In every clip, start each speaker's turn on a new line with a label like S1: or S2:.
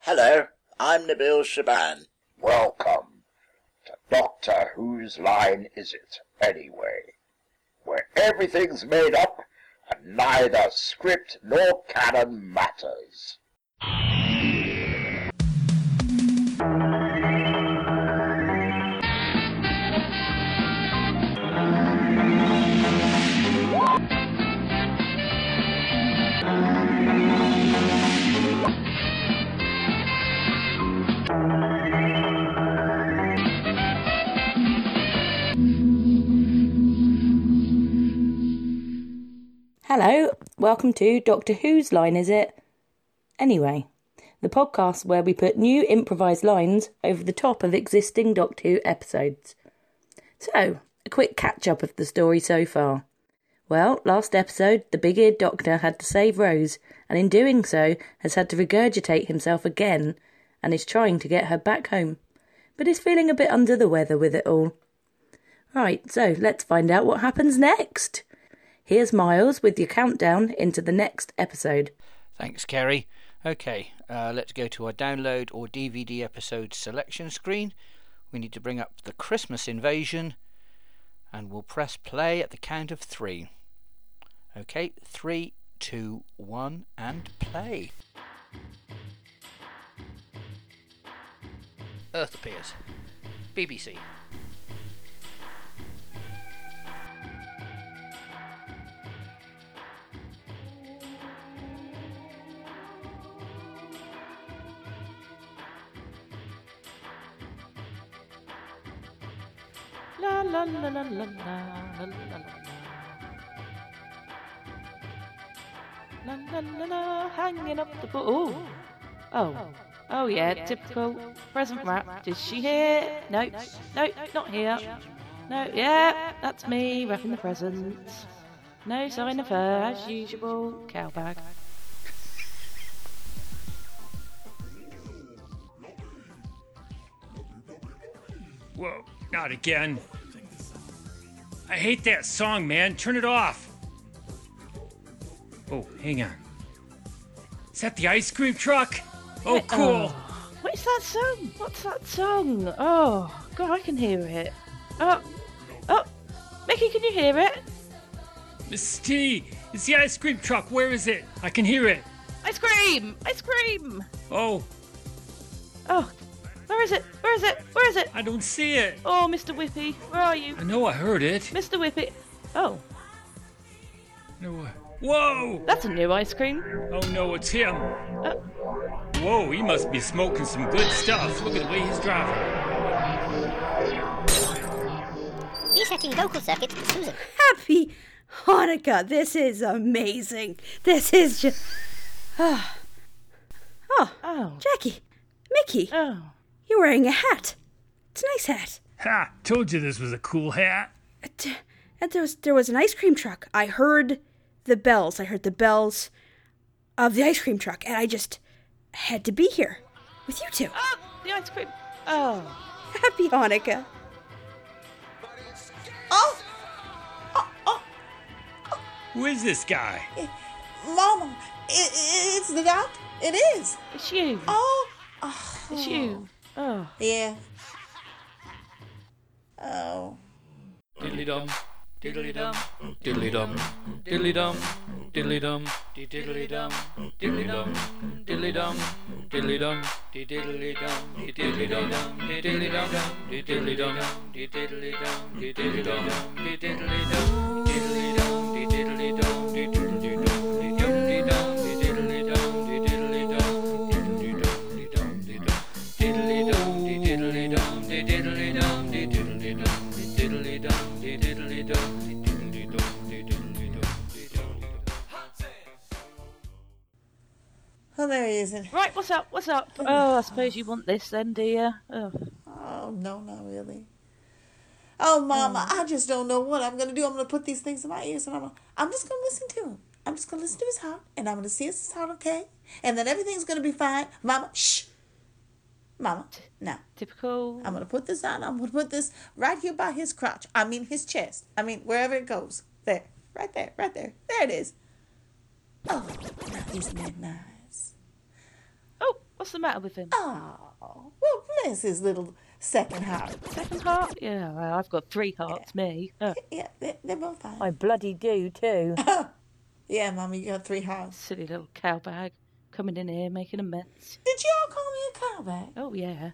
S1: Hello, I'm Nabil Shaban.
S2: Welcome to Doctor Whose Line Is It Anyway? Where everything's made up and neither script nor canon matters.
S3: Hello, welcome to Doctor Who's Line Is It? Anyway, the podcast where we put new improvised lines over the top of existing Doctor Who episodes. So, a quick catch up of the story so far. Well, last episode, the big eared Doctor had to save Rose, and in doing so, has had to regurgitate himself again and is trying to get her back home, but is feeling a bit under the weather with it all. Right, so let's find out what happens next. Here's Miles with your countdown into the next episode.
S4: Thanks, Kerry. Okay, uh, let's go to our download or DVD episode selection screen. We need to bring up the Christmas Invasion and we'll press play at the count of three. Okay, three, two, one, and play. Earth appears. BBC.
S5: La la la la la la la la la. La la la la, hanging up the bo- oh. Oh. Oh yeah, typical. Present rap. Is she here? No, no, not here. No, oh. yeah, that's me wrapping the presents. No sign of her, as usual. Cowbag.
S6: Whoa, not again. I hate that song, man. Turn it off. Oh, hang on. Is that the ice cream truck? Oh, cool.
S5: What's that song? What's that song? Oh, God, I can hear it. Oh, oh, Mickey, can you hear it?
S6: Mrs. T, it's the ice cream truck. Where is it? I can hear it.
S5: Ice cream! Ice cream!
S6: Oh,
S5: Oh, where is it? Where is it? Where is it?
S6: I don't see it.
S5: Oh, Mr. Whippy, where are you?
S6: I know I heard it.
S5: Mr. Whippy. Oh,
S6: No, I- Whoa!
S5: that's a new ice cream.
S6: Oh no, it's him. Whoa, he must be smoking some good stuff. Look at the way he's driving.
S7: Resetting local circuit with Susan.
S8: Happy Hanukkah. This is amazing. This is just. Oh,
S5: Oh,
S8: Jackie, Mickey,
S5: oh.
S8: you're wearing a hat. It's a nice hat.
S6: Ha! Told you this was a cool hat.
S8: It- and there was there was an ice cream truck. I heard the bells. I heard the bells of the ice cream truck, and I just had to be here with you two.
S5: Oh, the ice cream. Oh,
S8: Happy Hanukkah. Oh,
S6: Who is this guy?
S9: Mama, it, it's the doc. It is.
S5: it's you.
S9: Oh,
S5: It's you. Oh,
S9: yeah. Oh,
S10: Diddly dum, diddly dum, diddly dum, diddly dum, diddly dum, diddly dum, diddly dum, diddly dum, diddly dum, diddly dum, diddly dum, diddly dum, diddly dum, diddly dum, diddly dum, diddly dum, diddly dum, diddly dum, diddly dum, diddly dum, diddly dum, diddly dum, diddly dum, diddly dum, diddly dum.
S9: well, Oh, there he isn't.
S5: right. What's up? What's up? Oh, I suppose you want this then, do you? Oh,
S9: Oh no, not really. Oh, Mama,
S5: Mm-hmm.
S9: I just don't know what I'm gonna do. I'm gonna put these things in my ears, and I'm gonna, I'm just gonna listen to him. I'm just gonna listen to his heart, and I'm gonna see if his heart okay, and then everything's gonna be fine. Mama, shh. Mama, no.
S5: typical.
S9: I'm gonna put this on. I'm gonna put this right here by his crotch. I mean his chest. I mean wherever it goes. There, right there, right there. There it is. Oh, now he's mad nice.
S5: Oh, What's the matter with him?
S9: Oh, well, bless his little second heart.
S5: Second heart? Yeah, well, I've got three hearts, me. Uh,
S9: Yeah, they- they're both fine.
S3: I bloody do too.
S9: Yeah, Mama, you got three hearts.
S5: silly little cowbag coming in here making a mess.
S9: Did you all call me a cowback?
S5: Oh, yeah.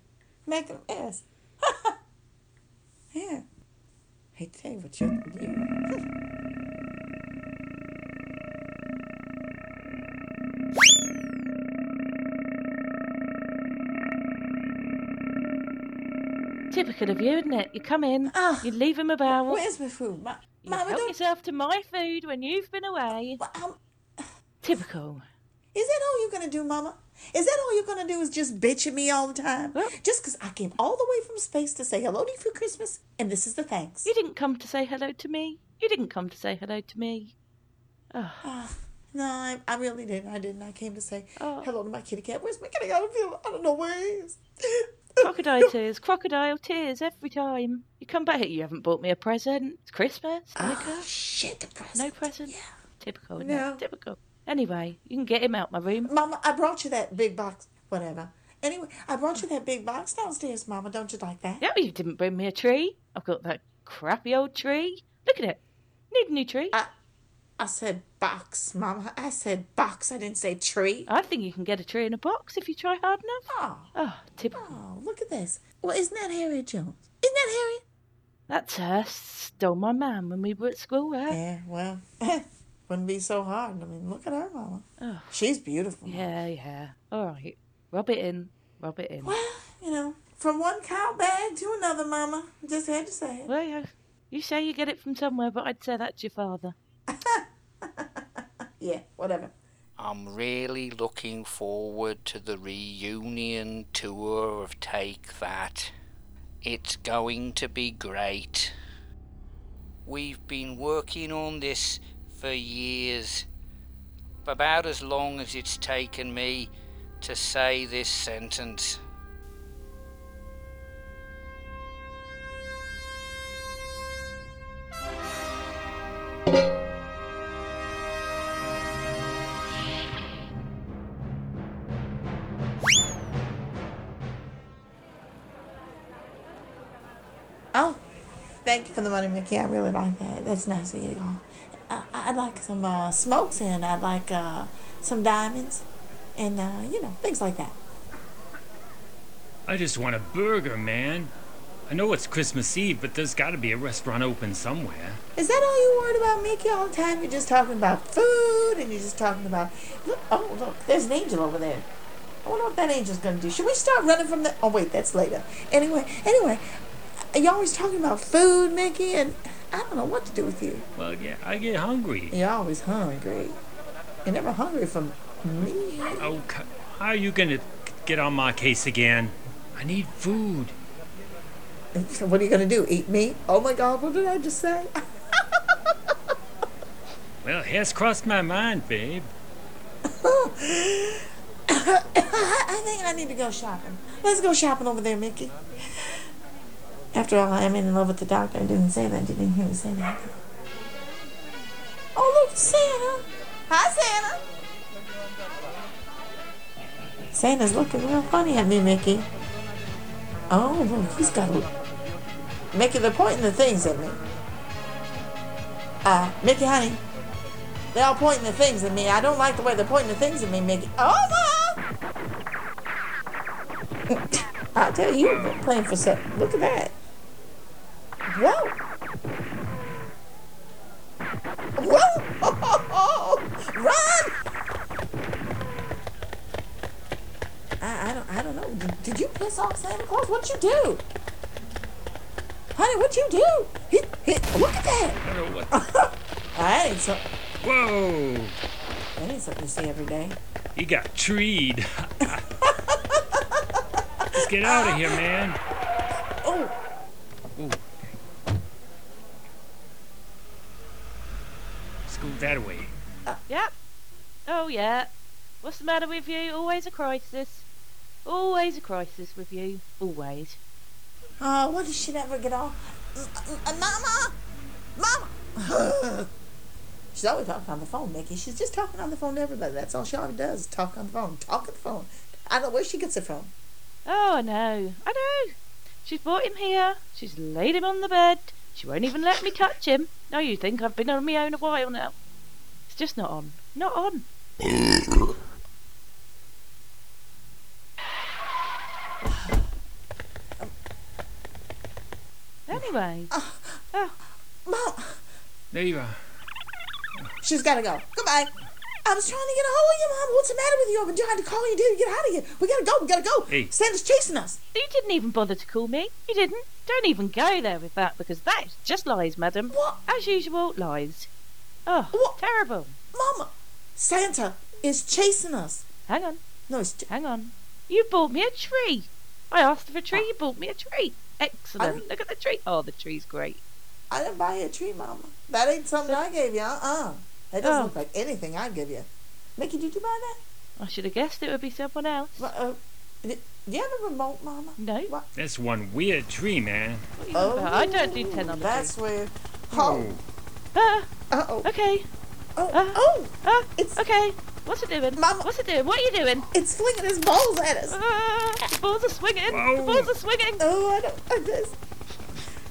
S9: Make a mess. yeah. Hey, tell you what you you-
S5: Typical of you, isn't it? You come in,
S9: Ah.
S5: you leave him about.
S9: Where's my food? Ma-
S5: you
S9: Mama,
S5: help
S9: don't.
S5: yourself to my food when you've been away.
S9: Well, um,
S5: Typical.
S9: is that all you're going to do, Mama? Is that all you're going to do is just bitch at me all the time?
S5: Well-
S9: Just 'cause I came all the way from space to say hello to you for Christmas, and this is the thanks.
S5: You didn't come to say hello to me. You didn't come to say hello to me. Ah,
S9: Ah. No, I, I really didn't. I didn't. I came to say
S5: Oh.
S9: hello to my kitty cat. Where's my kitty cat? I don't, feel, I don't know where he is.
S5: Crocodile tears, crocodile tears every time. You come back, you haven't bought me a present. It's Christmas.
S9: Oh, shit, the present.
S5: No present. Typical. isn't it?
S9: No.
S5: Oh, Typical. Anyway, you can get him out my room.
S9: Mama, I brought you that big box. Whatever. Anyway, I brought you that big box downstairs, Mama. Don't you like that?
S5: No, you didn't bring me a tree. I've got that crappy old tree. Look at it. Need a new tree.
S9: I, I said box, Mama. I said box. I didn't say tree.
S5: I think you can get a tree in a box if you try hard enough.
S9: Oh,
S5: Oh, typical.
S9: oh, look at this. Well, isn't that Harriet Jones? Isn't that
S5: That's her. Stole my man when we were at school, right?
S9: Harriet? Yeah, well, wouldn't be so hard. I mean, look at her, Mama.
S5: Oh.
S9: She's beautiful.
S5: Yeah, yeah. All right. Rub it in. Rub it in.
S9: Well, you know, from one cow bag to another, Mama. Just had to say it.
S5: Well, yeah. You say you get it from somewhere, but I'd say that's your father.
S9: Yeah, whatever.
S4: I'm really looking forward to the reunion tour of Take That. It's going to be great. We've been working on this for years, about as long as it's taken me to say this sentence.
S9: Oh, thank you for the money, Mickey. I really like that. That's nice of you. I, I'd like some uh, smokes and I'd like uh, some diamonds and, uh, you know, things like that.
S6: I just want a burger, man. I know it's Christmas Eve, but there's got to be a restaurant open somewhere.
S9: Is that all you worried about, Mickey, all the time? You're just talking about food and you're just talking about. Look, oh, look, there's an angel over there. I wonder what that angel's gonna do. Should we start running from the. Oh, wait, that's later. Anyway, anyway, you're always talking about food, Mickey, and I don't know what to do with you.
S6: Well, yeah, I get hungry.
S9: You're always hungry. You're never hungry for me.
S6: Oh, c- how are you gonna get on my case again? I need food.
S9: So what are you gonna do? Eat me? Oh my god, what did I just say?
S6: Well, hair's crossed my mind, babe.
S9: I think I need to go shopping. Let's go shopping over there, Mickey. After all, I am in love with the doctor. I didn't say that. You didn't hear me say that. Oh, look, Santa. Hi, Santa. Santa's looking real funny at me, Mickey. Oh, look, he's got a... Mickey, they're pointing the things at me. Uh, Mickey, honey, they're all pointing the things at me. I don't like the way they're pointing the things at me, Mickey. Oh, my! I tell you, you've been playing for something. Look at that. Whoa. Whoa! Run! I, I don't I don't know. Did, did you piss off Santa Claus? What'd you do? Honey, what'd you do? He, he, look at that!
S6: I don't know what.
S9: I ain't, so,
S6: Whoa!
S9: that ain't something you see every day.
S6: He got treed. Let's get out of here, man.
S9: Oh,
S6: Let's go that way.
S5: Yep. Oh, yeah. What's the matter with you? Always a crisis. Always a crisis with you. Always.
S9: Oh, what did she never get off? M- m- Mama! Mama! She's always talking on the phone, Mickey. She's just talking on the phone to everybody. That's all she always does, is talk on the phone. Talk on the phone. I don't know where she gets it from.
S5: Oh, I know. I know. She's brought him here. She's laid him on the bed. She won't even let me touch him. Now you think I've been on my own a while now. It's just not on. Not on. Anyway. Oh,
S9: Mom,
S6: There you are.
S9: she's got to go. Goodbye. I was trying to get a hold of you, Mom. What's the matter with you? I've been trying to call you, dude. Get out of here. We gotta go. We gotta go.
S6: Hey.
S9: Santa's chasing us.
S5: You didn't even bother to call me. You didn't. Don't even go there with that because that is just lies, madam.
S9: What?
S5: As usual, lies. Oh,
S9: What?
S5: terrible.
S9: Mama, Santa is chasing us.
S5: Hang on,
S9: No, he's. Ch-
S5: hang on. You bought me a tree. I asked for a
S9: Ah.
S5: tree, you bought me a tree. Excellent.
S9: I'm-
S5: Look at the tree. Oh, the tree's great.
S9: I didn't buy you a tree, Mama. That ain't something I gave you. Uh uh That doesn't
S5: Oh.
S9: look like anything I give you. Mickey, did you buy that?
S5: I should have guessed it would be someone else.
S9: Well, Uh, did, do you have a remote, Mama?
S5: No.
S9: What?
S6: That's one weird tree, man.
S5: What are you on about? I don't do 10 on the tree.
S9: Oh, That's where. Oh.
S5: Ah,
S9: Uh oh.
S5: okay.
S9: Oh.
S5: Uh,
S9: oh.
S5: Ah,
S9: It's-
S5: okay. What's it doing?
S9: Mama-
S5: What's it doing? What are you doing?
S9: It's flinging his balls at us.
S5: Ah, the balls are swinging. The
S6: Whoa.
S5: balls are swinging.
S9: Oh, I don't like this.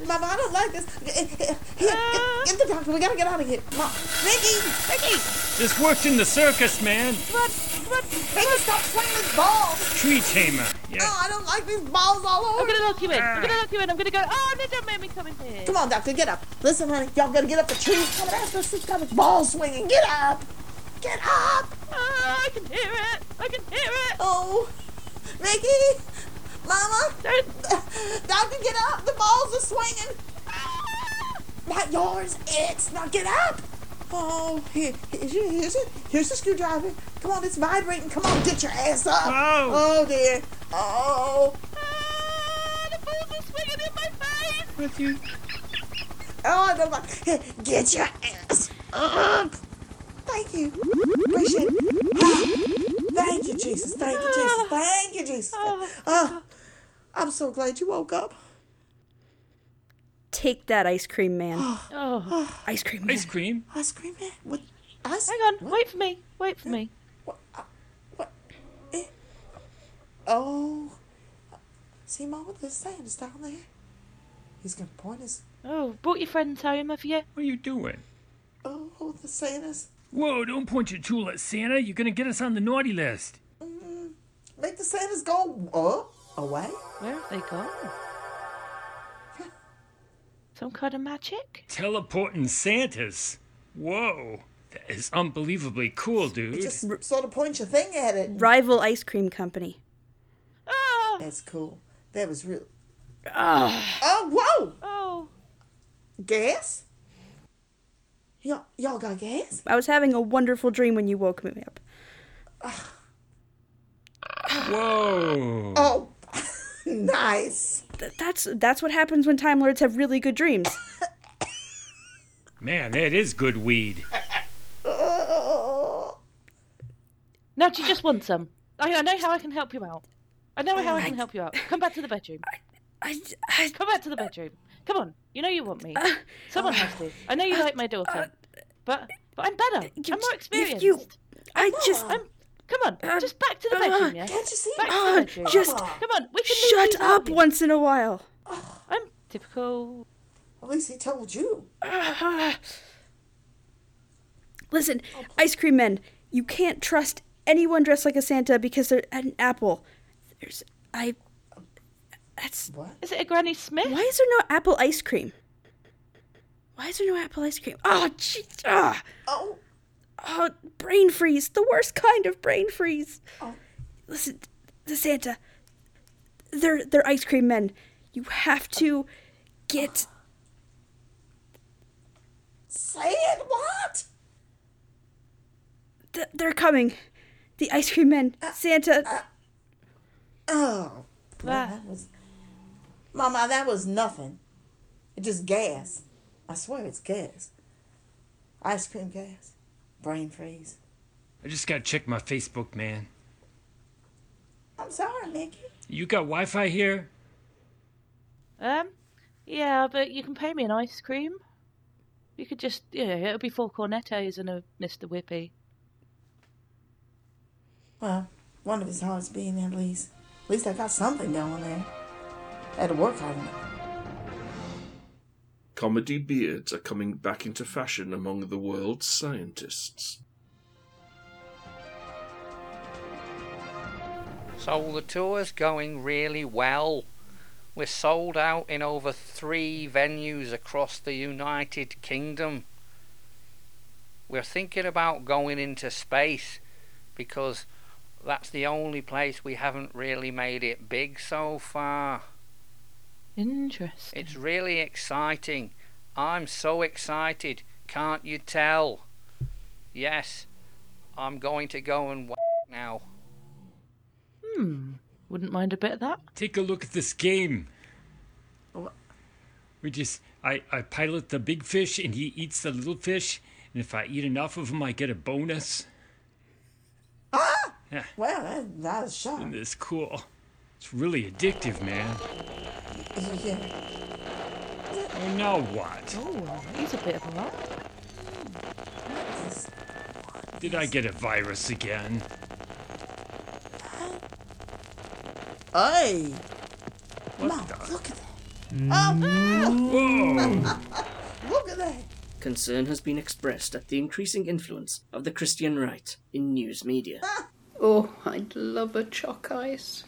S9: Mama, I don't like this. Here, Here,
S5: Ah.
S9: get, get the doctor. We gotta get out of here. Mom, Mickey,
S5: Ricky,
S6: This worked in the circus, man.
S9: run, run, Mickey, stop swinging his balls.
S6: Tree tamer. Yeah. Ah.
S9: Oh, I don't like these balls all over.
S5: I'm gonna lock you in. I'm gonna lock you in. I'm gonna go. Oh, no, don't make me come in here.
S9: Come on, doctor, get up. Listen, honey, y'all gotta get up. The tree's coming after us. It's got its balls swinging. Get up. Get up.
S5: Ah, I can hear it. I can hear it.
S9: Oh, Mickey, Mama,
S5: Don't.
S9: doctor, get up. The balls are swinging. Not yours. It's now get up. Oh, here, here's your, here's your, here's the screwdriver. Come on, it's vibrating. Come on, get your ass up.
S6: Oh.
S9: oh dear. Oh,
S5: Ah, the balls are swinging in my face.
S6: With you.
S9: oh, no, my- here, get your ass up. Thank you. Appreciate it. Ah, Thank you, Jesus. Thank you,
S6: Ah.
S9: Jesus. Thank you, Jesus.
S5: Oh.
S9: Oh, I'm so glad you woke up.
S8: Take that ice cream man.
S5: Oh,
S8: Ice cream man.
S6: Ice cream.
S9: Ice cream man? What? Ice?
S5: hang on. Wait for me. Wait for me.
S9: What? uh, what? Eh. Oh. See, Mom, what they're saying is down there. He's going to point us.
S5: Oh, brought your friends home, have you?
S6: What are you doing?
S9: Oh, what they're saying is.
S6: Whoa, don't point your tool at Santa. You're gonna get us on the naughty list.
S9: Make the Santas go up, away.
S5: Where have they gone? Some kind of magic?
S6: Teleporting Santas. Whoa. That is unbelievably cool, dude.
S9: Just sort of point your thing at it.
S8: Rival ice cream company.
S5: Ah!
S9: That's cool. That was real.
S8: Ah.
S9: Oh, whoa!
S5: Oh,
S9: Gas? Y'all, y'all got gas?
S8: I was having a wonderful dream when you woke me up.
S6: Whoa.
S9: Oh, nice.
S8: Th- that's that's what happens when Time Lords have really good dreams.
S6: Man, that is good weed.
S9: Oh.
S5: no, do you just want some? I, I know how I can help you out. I know how I can help you out. Come back to the bedroom.
S8: I, I, Uh,
S5: Come back to the bedroom. Come on. You know you want me. Someone has to. I know you like my daughter, but but I'm better.
S8: you-
S5: I'm more
S8: if
S5: experienced.
S8: you, I just
S5: I'm. Come on. Just back to the
S8: uh,
S5: bedroom. Yeah.
S9: Can't you see?
S5: Back to
S8: uh,
S5: the bedroom.
S8: just
S5: Come on. We can leave
S8: shut
S5: these
S8: up
S5: arguments.
S8: once in a while.
S5: I'm typical.
S9: At least he told you.
S8: Listen, ice cream men, you can't trust anyone dressed like a Santa because they're an apple. There's I. That's
S9: What?
S5: Is it a Granny Smith?
S8: why is there no apple ice cream? Why is there no apple ice cream? Oh, gee, ah,
S9: Oh,
S8: oh, brain freeze, the worst kind of brain freeze.
S9: Oh.
S8: Listen, the Santa, they're they're ice cream men. You have to get
S9: say it. What?
S8: th- they're coming. The ice cream men,
S9: Uh,
S8: Santa.
S9: Oh,
S5: Ah.
S9: that was, Mama, that was nothing. It just gas. I swear it's gas. Ice cream gas. Brain freeze.
S6: I just gotta check my Facebook, man.
S9: I'm sorry, Mickey.
S6: You got Wi Fi here?
S5: Um, yeah, but you can pay me an ice cream. You could just, you know, it'll be four cornetos and a Mr. Whippy.
S9: Well, One of his hearts beating at least. At least I got something going there. I had to work hard enough.
S11: Comedy beards are coming back into fashion among the world's scientists.
S4: So the tour's going really well. We're sold out in over three venues across the United Kingdom. We're thinking about going into space because that's the only place we haven't really made it big so far.
S5: Interesting.
S4: It's really exciting. I'm so excited. Can't you tell? Yes, I'm going to go and w- now.
S5: Hmm. Wouldn't mind a bit of that.
S6: Take a look at this game. We just, I, I pilot the big fish and he eats the little fish, and if I eat enough of him, I get a bonus. Ah!
S9: Wow, that, that is
S6: Isn't
S9: sharp.
S6: this cool? It's really addictive, man.
S9: Yeah.
S6: Oh, now what?
S5: Oh, he's a bit of a rock.
S6: Did I get a virus again?
S9: Hey!
S6: What
S9: Mom,
S6: the?
S9: look at that. Oh, look at that.
S12: Concern has been expressed at the increasing influence of the Christian right in news media.
S13: Oh, I'd love a chalk ice.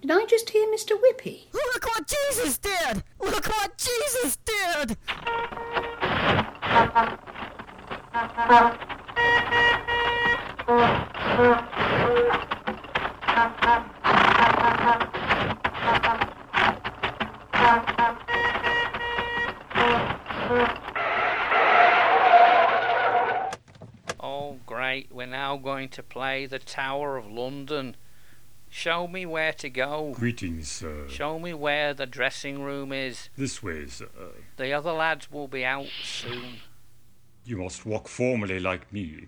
S13: Did I just hear Mr. Whippy?
S14: Look what Jesus did! Look what Jesus did!
S4: Oh, great. We're now going to play the Tower of London. Show me where to go.
S6: Greetings, sir.
S4: Show me where the dressing room is.
S6: This way, uh, sir.
S4: The other lads will be out soon.
S6: You must walk formally like me.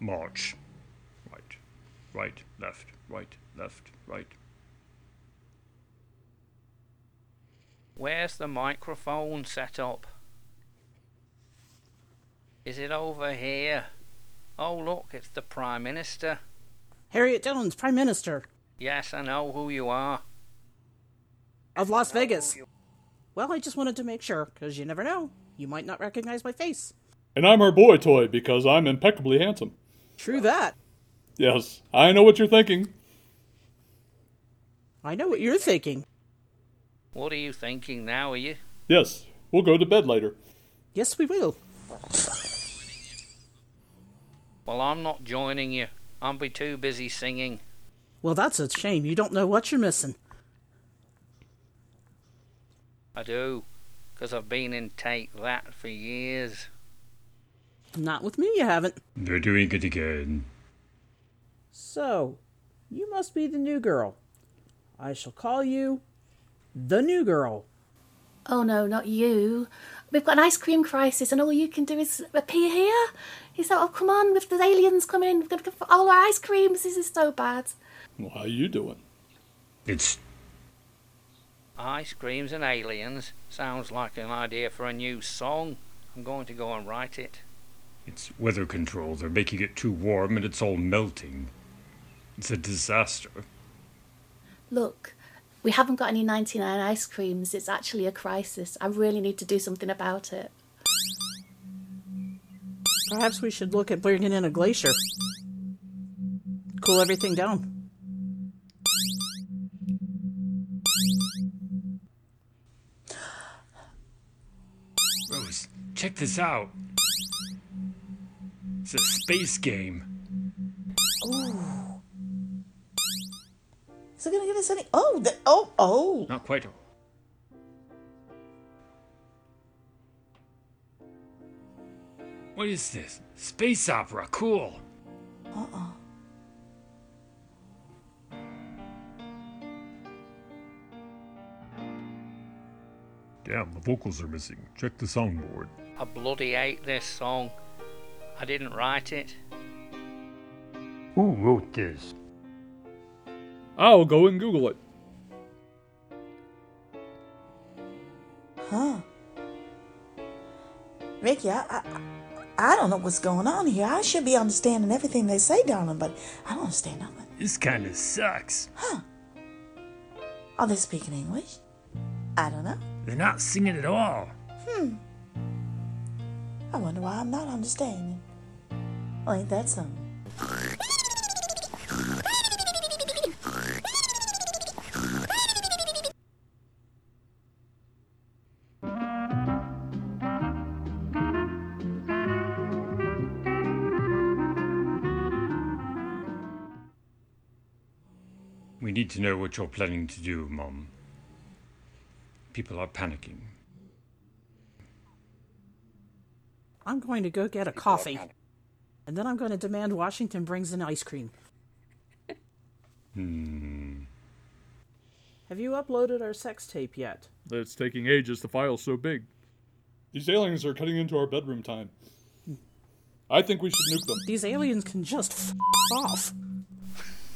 S6: March. Right. Right, left, right, left, right.
S4: Where's the microphone set up? Is it over here? Oh, look, it's the Prime Minister.
S15: Harriet Dillon's Prime Minister
S4: Yes, I know who you are.
S15: of Las Vegas. Well, I just wanted to make sure, because you never know. You might not recognize my face.
S16: And I'm her boy toy because I'm impeccably handsome.
S15: True that.
S16: Yes, I know what you're thinking.
S15: I know what you're thinking.
S4: What are you thinking now, are you?
S16: Yes, we'll go to bed later.
S15: Yes, we will.
S4: Well, I'm not joining you. I'll be too busy singing.
S15: Well, that's a shame. You don't know what you're missing.
S4: I do, 'cause I've been in Take That for years.
S15: Not with me, you haven't.
S6: They're doing it again.
S15: So, you must be the new girl. I shall call you the new girl.
S13: Oh no, not you. We've got an ice cream crisis, and all you can do is appear here. He's like, oh, come on, with the aliens coming, we're going to get all our ice creams. This is so bad.
S16: Well, how you doing?
S6: It's
S4: Ice creams and aliens sounds like an idea for a new song. I'm going to go and write it.
S6: it's weather control. They're making it too warm and it's all melting. It's a disaster.
S13: Look, we haven't got any 99 ice creams. It's actually a crisis. I really need to do something about it.
S15: Perhaps we should look at bringing in a glacier. Cool everything down.
S6: Rose, check this out. It's a space game.
S9: Ooh. Is it gonna get us any? Oh, the, oh, oh!
S6: Not quite. What is this? Space opera. Cool.
S9: Uh-uh.
S17: Damn, the vocals are missing. Check the soundboard.
S4: I bloody hate this song. I didn't write it.
S17: Who wrote this?
S16: I'll go and Google it.
S9: Huh? Ricky, I, I, I don't know what's going on here. I should be understanding everything they say, darling, but I don't understand nothing.
S17: This kind of sucks.
S9: Are they speaking English? I don't know.
S17: They're not singing at all.
S9: Hmm. I wonder why I'm not understanding. Well, ain't that something?
S17: We need to know what you're planning to do, Mom. People are panicking.
S15: I'm going to go get a coffee. And then I'm going to demand Washington brings an ice cream.
S17: Hmm.
S15: Have you uploaded our sex tape yet?
S16: It's taking ages. The file's so big. These aliens are cutting into our bedroom time. I think we should nuke them.
S15: These aliens can just f off.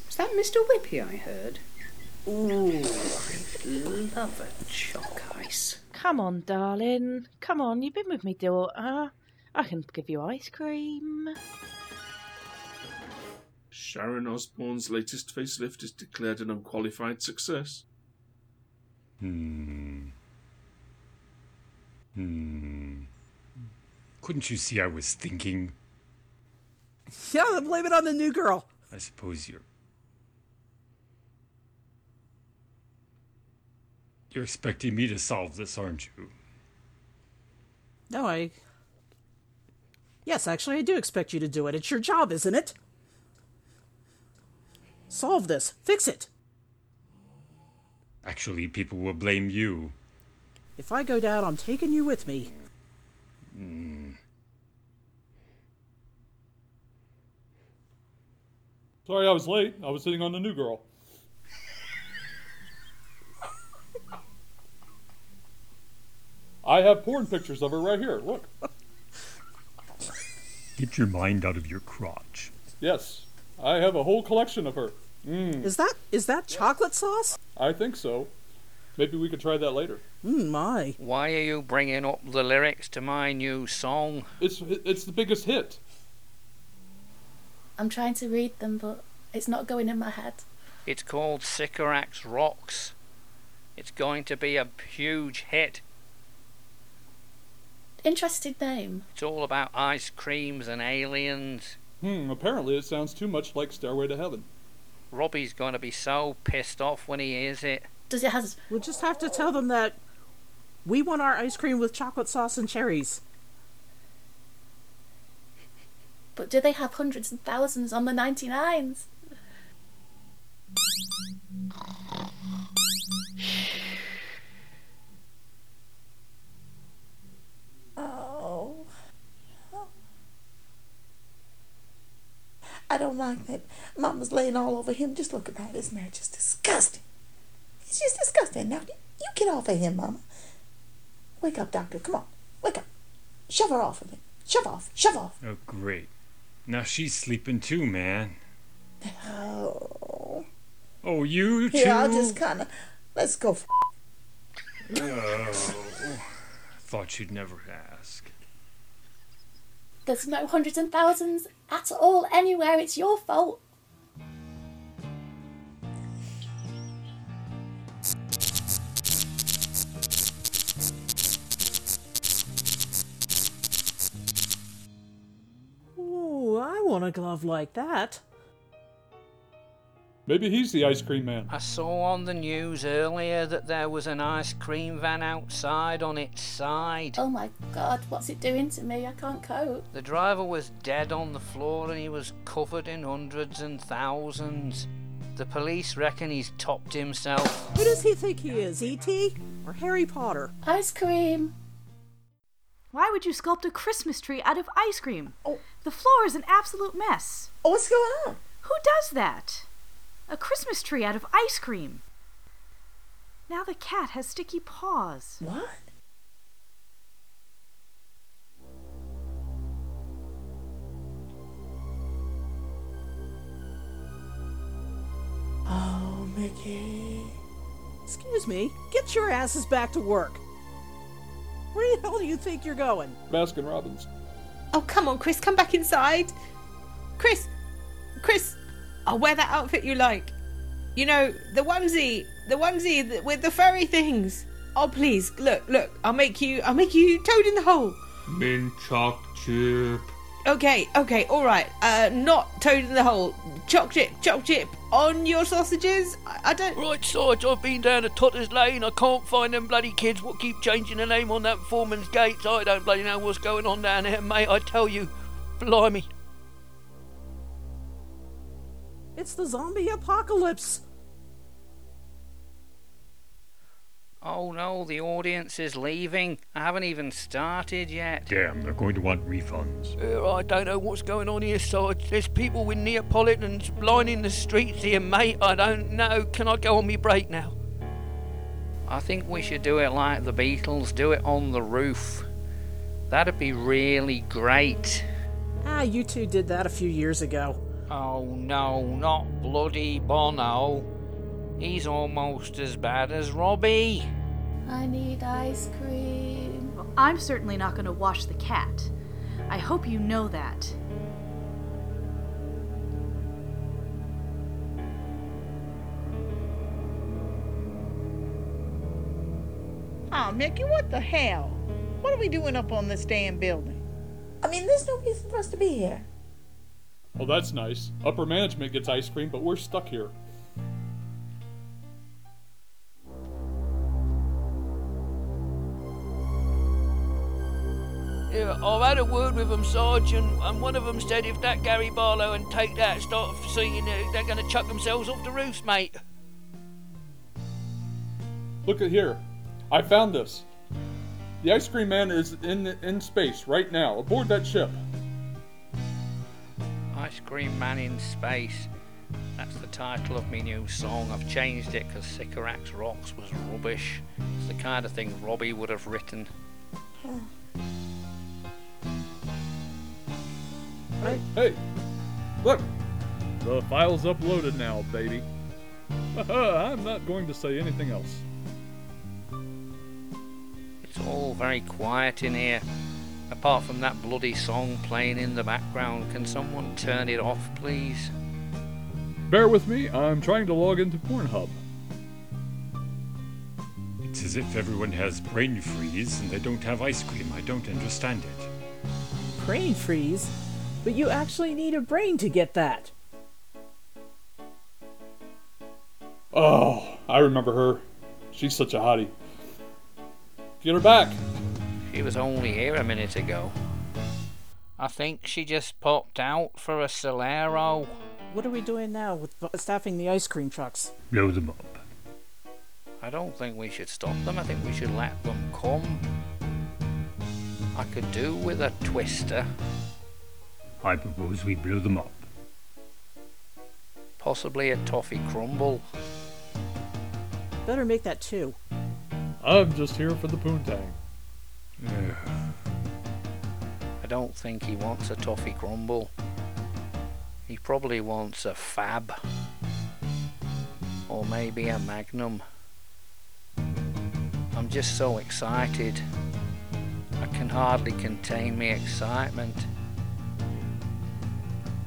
S2: Is that Mr. Whippy I heard? Ooh, I love a chalk ice.
S5: Come on, darling. Come on, you've been with me, daughter. I can give you ice cream.
S11: Sharon Osbourne's latest facelift is declared an unqualified success.
S17: Hmm. Hmm. Couldn't you see I was thinking?
S15: Yeah, blame it on the new girl.
S17: I suppose you're. You're expecting me to solve this, aren't you?
S15: No, I. Yes, actually, I do expect you to do it. It's your job, isn't it? Solve this. Fix it.
S17: Actually, people will blame you.
S15: If I go down, I'm taking you with me.
S17: Hmm.
S16: Sorry I was late. I was sitting on the new girl. I have porn pictures of her right here. Look.
S17: Get your mind out of your crotch.
S16: Yes. I have a whole collection of her. Mm.
S15: Is that is that chocolate sauce?
S16: I think so. Maybe we could try that later.
S15: Mm, my.
S4: Why are you bringing up the lyrics to my new song?
S16: It's it's the biggest hit.
S13: I'm trying to read them, but it's not going in my head.
S4: It's called Sycorax Rocks. It's going to be a huge hit.
S13: Interesting name.
S4: It's all about ice creams and aliens.
S16: Hmm, apparently it sounds too much like Stairway to Heaven.
S4: Robbie's going to be so pissed off when he hears it.
S13: Does it has?
S15: We'll just have to tell them that we want our ice cream with chocolate sauce and cherries.
S13: But do they have hundreds and thousands on the 99s?
S9: Oh. I don't like that. Mama's laying all over him. Just look at that. This marriage is disgusting. It's just disgusting. Now, you get off of him, Mama. Wake up, Doctor. Come on. Wake up. Shove her off of him. Shove off. Shove off.
S17: Oh, great. Now she's sleeping too, man.
S9: Oh.
S17: Oh, you too?
S9: Here, I'll just kind of. Let's go. F-
S17: Oh. Thought you'd never ask.
S13: There's no hundreds and thousands at all anywhere. It's your fault.
S15: Ooh, I want a glove like that.
S16: Maybe he's the ice cream man.
S4: I saw on the news earlier that there was an ice cream van outside on its side.
S13: Oh my god, what's it doing to me? I can't cope.
S4: The driver was dead on the floor and he was covered in hundreds and thousands. The police reckon he's topped himself.
S15: Who does he think he is, E.T. or Harry Potter?
S13: Ice cream.
S8: Why would you sculpt a Christmas tree out of ice cream? The floor is an absolute mess.
S9: Oh, what's going on?
S8: Who does that? A Christmas tree out of ice cream. Now the cat has sticky paws.
S9: What? Oh, Mickey.
S15: Excuse me. Get your asses back to work. Where the hell do you think you're going?
S16: Baskin Robbins.
S9: Oh, come on, Chris, come back inside. Chris, Chris, I'll wear that outfit you like. You know, the onesie, the onesie th- with the furry things. Oh, please, look, look, I'll make you, I'll make you toad in the hole.
S18: Mint choc chip.
S9: Okay, okay, all right. Uh, not toad in the hole. Choc chip, choc chip on your sausages. I, I don't.
S19: Right, Sarge, I've been down to Totter's Lane. I can't find them bloody kids. What keep changing the name on that foreman's gates? I don't bloody know what's going on down there, mate. I tell you, blimey.
S15: It's the zombie apocalypse.
S4: Oh no, the audience is leaving. I haven't even started yet.
S17: Damn, they're going to want refunds.
S19: Uh, I don't know what's going on here, Sarge. There's people with Neapolitans lining the streets here, mate. I don't know. Can I go on me break now?
S4: I think we should do it like the Beatles, do it on the roof. That'd be really great.
S15: Ah, you two did that a few years ago.
S4: Oh no, not bloody Bono. He's almost as bad as Robbie.
S13: I need ice cream.
S20: Well, I'm certainly not going to wash the cat. I hope you know that.
S21: Oh, Mickey, what the hell? What are we doing up on this damn building?
S9: I mean, there's no reason for us to be here.
S16: Well, that's nice. Upper management gets ice cream, but we're stuck here.
S19: Yeah, I've had a word with them, Sarge, and, and one of them said if that Gary Barlow and Take That start singing, uh, they're going to chuck themselves off the roofs, mate.
S16: Look at here. I found this. The ice cream man is in in space right now, aboard that ship.
S4: Ice Cream Man in Space. That's the title of my new song. I've changed it because Sycorax Rocks was rubbish. It's the kind of thing Robbie would have written.
S16: Hey, hey, look. The file's uploaded now, baby. I'm not going to say anything else.
S4: It's all very quiet in here. Apart from that bloody song playing in the background, can someone turn it off, please?
S16: Bear with me, I'm trying to log into Pornhub.
S17: It's as if everyone has brain freeze and they don't have ice cream. I don't understand it.
S15: Brain freeze? But you actually need a brain to get that.
S16: Oh, I remember her. She's such a hottie. Get her back.
S4: She was only here a minute ago. I think she just popped out for a Solero.
S15: What are we doing now with bu- staffing the ice cream trucks?
S17: Blow them up.
S4: I don't think we should stop them. I think we should let them come. I could do with a twister,
S17: I propose we blow them up.
S4: possibly a toffee crumble.
S15: Better make that two.
S16: I'm just here for the poontang.
S4: I don't think he wants a toffee crumble. He probably wants a fab. Or maybe a magnum. I'm just so excited. I can hardly contain my excitement.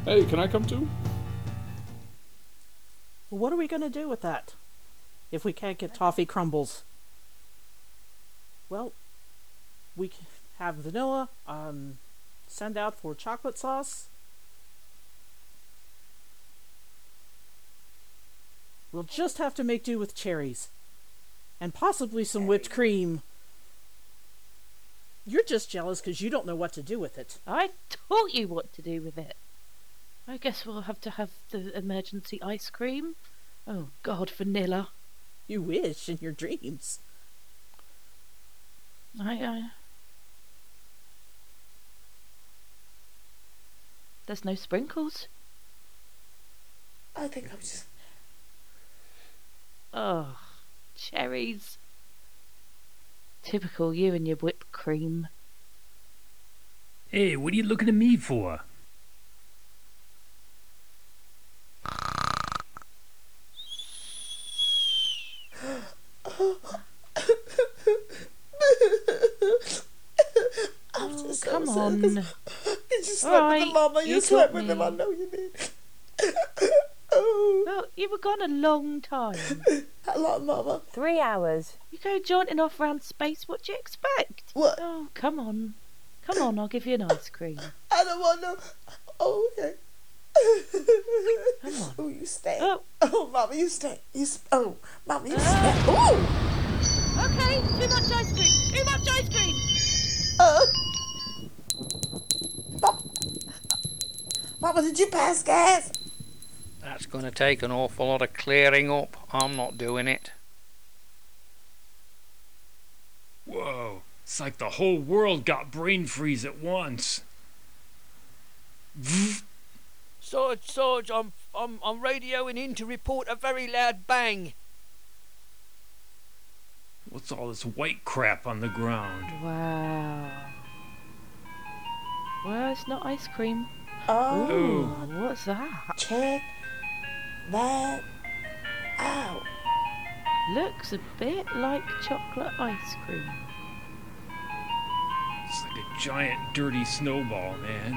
S16: Hey, can I come too?
S15: What are we going to do with that? If we can't get toffee crumbles? Well, we c- have vanilla, um, send out for chocolate sauce. We'll just have to make do with cherries. And possibly some whipped cream. You're just jealous because you don't know what to do with it.
S5: I taught you what to do with it. I guess we'll have to have the emergency ice cream. Oh, God, vanilla.
S15: You wish in your dreams.
S5: I, I... There's no sprinkles.
S9: I think I'm just.
S5: Oh, cherries. Typical you and your whipped cream.
S22: Hey, what are you looking at me for?
S9: I'm just so
S5: come
S9: sad 'cause
S5: on.
S9: slept with
S5: Right,
S9: the Oh. mama. You,
S5: you got
S9: slept with him.
S5: me.
S9: I know you did.
S5: Well, you were gone a long time.
S9: How long, mama?
S5: Three hours. You go jaunting off round space, what do you expect?
S9: What?
S5: Oh, come on. Come on, I'll give you an ice cream.
S9: I don't want no. Oh, okay. Come on. Oh, you stay. Oh. mama, you stay. You sp- oh, mama, you stay.
S21: Ah.
S9: Ooh.
S5: Okay, too much ice cream. Too much ice cream.
S9: Uh. Mama, did you pass gas?
S4: That's going to take an awful lot of clearing up. I'm not doing it.
S17: Whoa, it's like the whole world got brain freeze at once.
S19: Sarge, Sarge, I'm, I'm, I'm radioing in to report a very loud bang.
S17: What's all this white crap on the ground?
S5: Wow. Well, it's not ice cream.
S9: Oh.
S5: Ooh, what's that?
S9: Check that out.
S5: Looks a bit like chocolate ice cream.
S17: It's like a giant dirty snowball, man.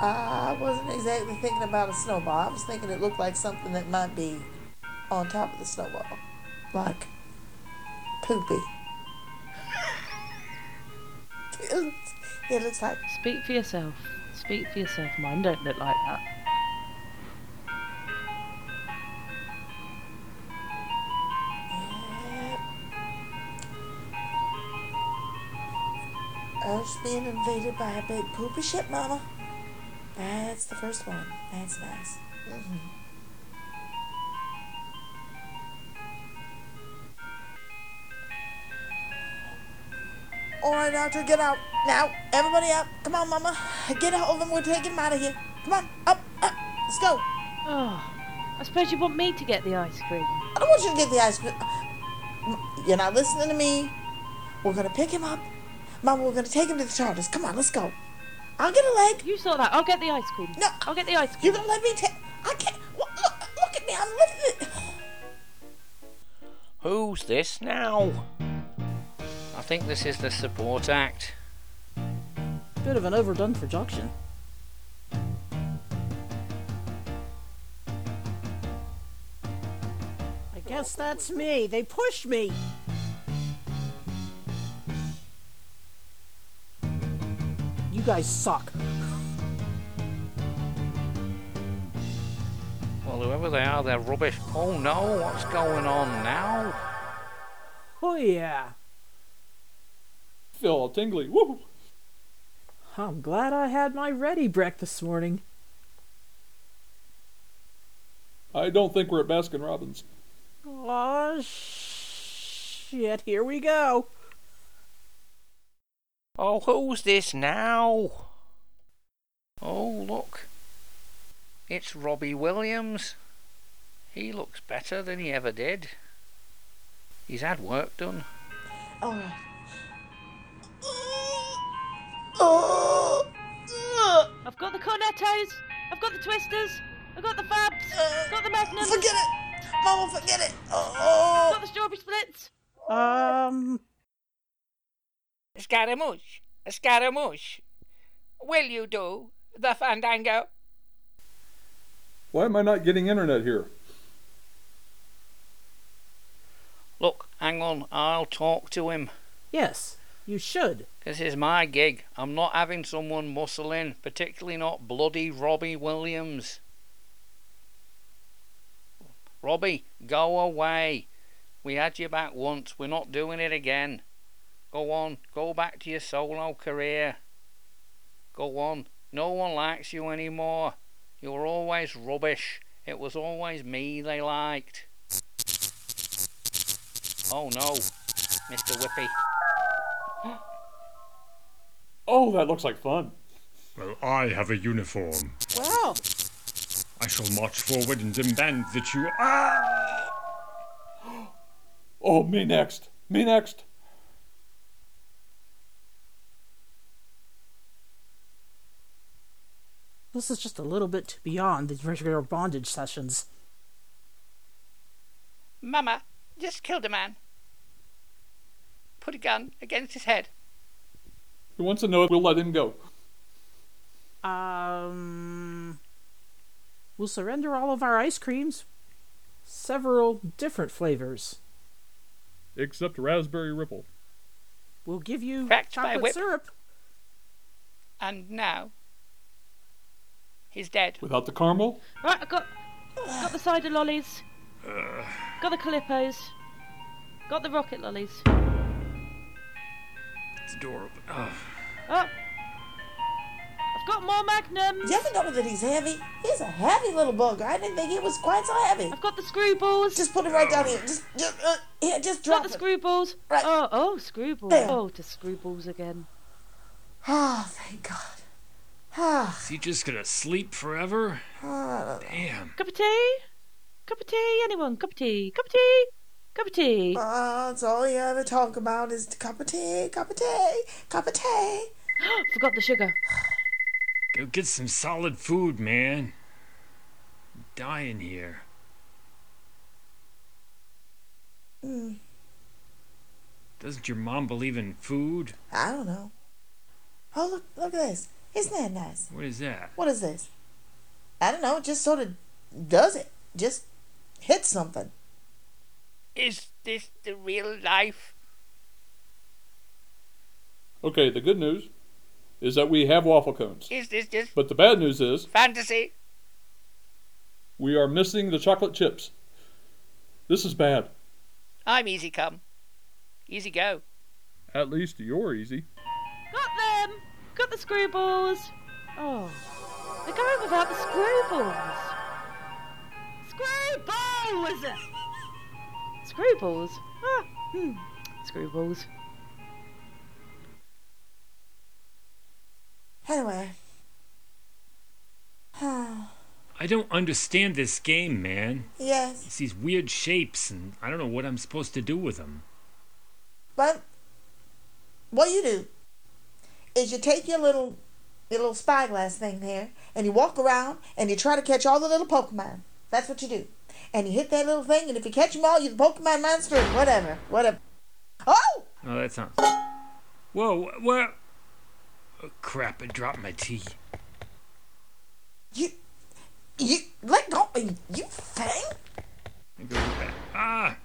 S9: I wasn't exactly thinking about a snowball. I was thinking it looked like something that might be on top of the snowball, like poopy. it, looks, it looks like
S5: Speak for yourself. Speak for yourself. Mine don't look like that.
S9: Earth's being invaded by a big poopy ship, Mama. That's the first one. That's nice. hmm All right, Archer, get out now. Everybody up. Come on, Mama. Get a hold of him. We're taking him out of here. Come on, up, up. Let's go.
S5: Oh, I suppose you want me to get the ice cream.
S9: I don't want you to get the ice cream. You're not listening to me. We're gonna pick him up, Mama. We're gonna take him to the charters. Come on, let's go. I'll get a leg.
S5: You saw that. I'll get the ice cream.
S9: No,
S5: I'll get the ice
S9: You're
S5: cream.
S9: gonna let me take. I can't. Look, look, look at me. I'm lifting. it.
S4: Who's this now? I think this is the support act.
S15: Bit of an overdone projection. I guess that's me. They pushed me. You guys suck.
S4: Well, whoever they are, they're rubbish. Oh no, what's going on now?
S15: Oh yeah.
S16: Feel all tingly. Woo!
S15: I'm glad I had my ready breakfast this morning.
S16: I don't think we're at Baskin Robbins.
S15: Aw, shit. Here we go.
S4: Oh, who's this now? Oh, look. It's Robbie Williams. He looks better than he ever did. He's had work done.
S9: All right. Oh.
S5: I've got the cornettos. I've got the twisters. I've got the fabs. I've got the magnums.
S9: Uh, Forget it, Mama. Forget it.
S5: I've
S9: Oh.
S5: got the strawberry splits.
S15: Um.
S19: Scaramouche, Scaramouche, will you do the fandango?
S16: Why am I not getting internet here?
S4: Look, hang on, I'll talk to him.
S15: Yes, you should.
S4: This is my gig. I'm not having someone muscling, particularly not bloody Robbie Williams. Robbie, go away. We had you back once. We're not doing it again. Go on, go back to your solo career. Go on. No one likes you anymore. You're always rubbish. It was always me they liked. Oh no, Mr. Whippy.
S16: Oh, that looks like fun.
S17: Well, I have a uniform.
S15: Wow.
S17: I shall march forward and demand that you. Ah!
S16: Oh, me next. Me next.
S15: This is just a little bit beyond the regular bondage sessions.
S19: Mama just killed a man. Put a gun against his head.
S16: He wants to know if we'll let him go.
S15: Um. We'll surrender all of our ice creams. Several different flavors.
S16: Except raspberry ripple.
S15: We'll give you
S1: Cracked by
S15: chocolate
S1: whip.
S15: syrup.
S1: And now. He's dead.
S16: Without the caramel?
S5: Right, I got got the cider lollies, got the calippos, got the rocket lollies.
S11: It's adorable. Ugh.
S5: Oh, I've got more magnums.
S9: You ever know that he's heavy? He's a heavy little booger. I didn't think he was quite so heavy. I've
S5: got the screwballs.
S9: Just put him right down here. Just, just uh, here, just drop
S5: Got the
S9: it.
S5: screwballs.
S9: Right.
S5: Oh, oh, screwballs.
S9: There.
S5: Oh, to screwballs again.
S9: Ah, thank God. Ah,
S17: Is he just gonna sleep forever?
S9: ah.
S17: Damn.
S5: Cup of tea? Cup of tea? Anyone? Cup of tea? Cup of tea? Cup of tea?
S9: Ah, it's all you ever talk about is cup of tea, cup of tea, cup of tea.
S5: Forgot the sugar.
S17: Go get some solid food, man. I'm dying here.
S9: Mm,
S17: Doesn't your mom believe in food?
S9: I don't know. Oh, look, look at this. Isn't that nice?
S17: What is that?
S9: What is this? I don't know. It just sort of does it. Just hits something.
S1: Is this the real life?
S16: Okay, the good news is that we have waffle cones.
S1: Is this just
S16: But the bad news is
S1: fantasy?
S16: we are missing the chocolate chips. This is bad.
S1: I'm easy come. Easy go.
S16: At least you're easy.
S5: Got them! Got the screwballs! Oh, they're going without the screwballs! Screwballs! Screwballs? Ah, hmm. Screwballs.
S9: Anyway. Ah,
S17: I don't understand this game, man.
S9: yes,
S17: It's these weird shapes, and I don't know what I'm supposed to do with them.
S9: but what you do is you take your little your little spyglass thing there, and you walk around and you try to catch all the little Pokemon. That's what you do. And you hit that little thing, and if you catch them all, you're the Pokemon monster. Whatever, whatever. Oh!
S17: Oh, that's not. Whoa, wh- where? Oh, crap, I dropped my tea.
S9: You, you let go of me, you thing.
S17: I go with that. Ah!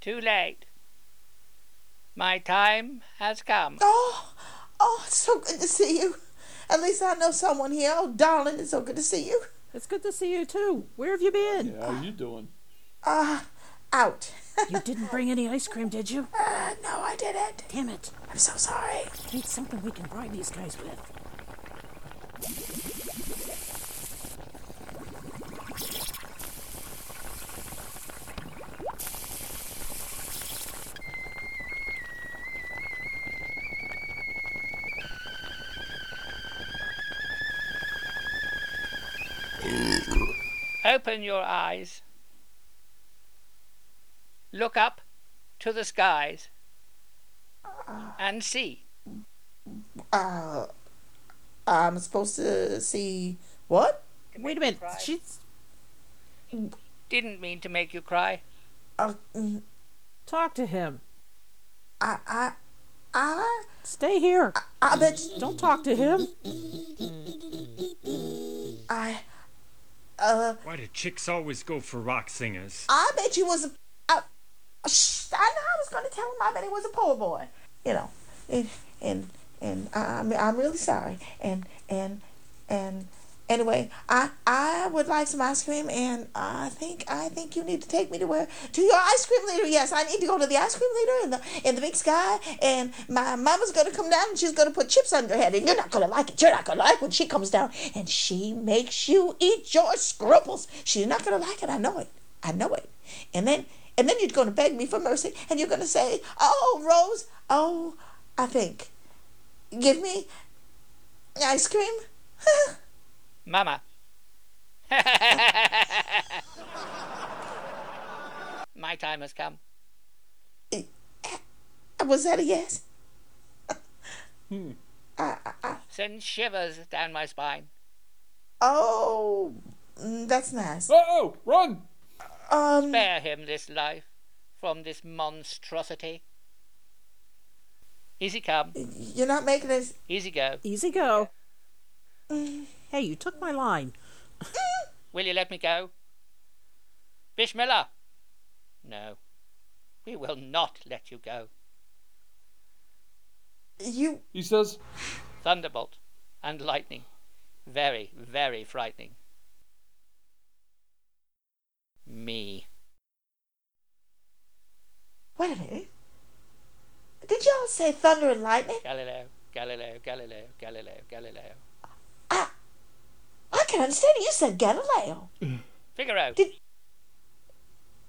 S1: Too late. My time has come.
S9: Oh, oh, it's so good to see you. At least I know someone here. Oh, darling, it's so good to see you.
S15: It's good to see you too. Where have you been?
S16: How you doing?
S9: Ah, out.
S15: You didn't bring any ice cream, did you?
S9: Uh, no, I didn't.
S15: Damn it.
S9: I'm so sorry.
S15: Need something we can bribe these guys with.
S1: Open your eyes. Look up to the skies and see.
S9: Uh, I'm supposed to see what?
S15: Wait a minute. She's
S1: Didn't mean to make you cry.
S9: Uh, mm, Uh,
S15: talk to him.
S9: I, I, I,
S15: Stay here.
S9: I bet you-
S15: Don't talk to him.
S9: I, uh,
S17: Why do chicks always go for rock singers?
S9: I bet you was a. I, shh, I know I was gonna tell him. I bet he was a poor boy. You know, and and and I, I'm I'm really sorry. And and and anyway, I I would like some ice cream, and I think I think you need to take me to where to your ice cream leader. Yes, I need to go to the ice cream leader in the in the big sky, and my mama's gonna come down and she's gonna put chips on your head, and you're not gonna like it. You're not gonna like when she comes down and she makes you eat your scruples. She's not gonna like it. I know it. I know it. And then and then you're gonna beg me for mercy and you're gonna say, Oh, Rose, oh I think. Give me ice cream?
S1: Mama. My time has come.
S9: Was that a yes?
S1: sends shivers down my spine.
S9: Oh, mm, that's nice.
S16: Oh, run!
S9: Um,
S1: Spare him this life from this monstrosity. Easy come.
S9: You're not making this.
S1: Easy go.
S15: Easy go.
S9: Mm.
S15: Hey, you took my line.
S1: Will you let me go? Bishmillah! No. We will not let you go.
S9: You.
S16: He says,
S1: Thunderbolt and lightning. Very, very frightening. Me.
S9: Wait a minute. Did y'all say thunder and lightning?
S1: Galileo, Galileo, Galileo, Galileo, Galileo.
S9: I can understand it. You said Galileo.
S1: Figaro!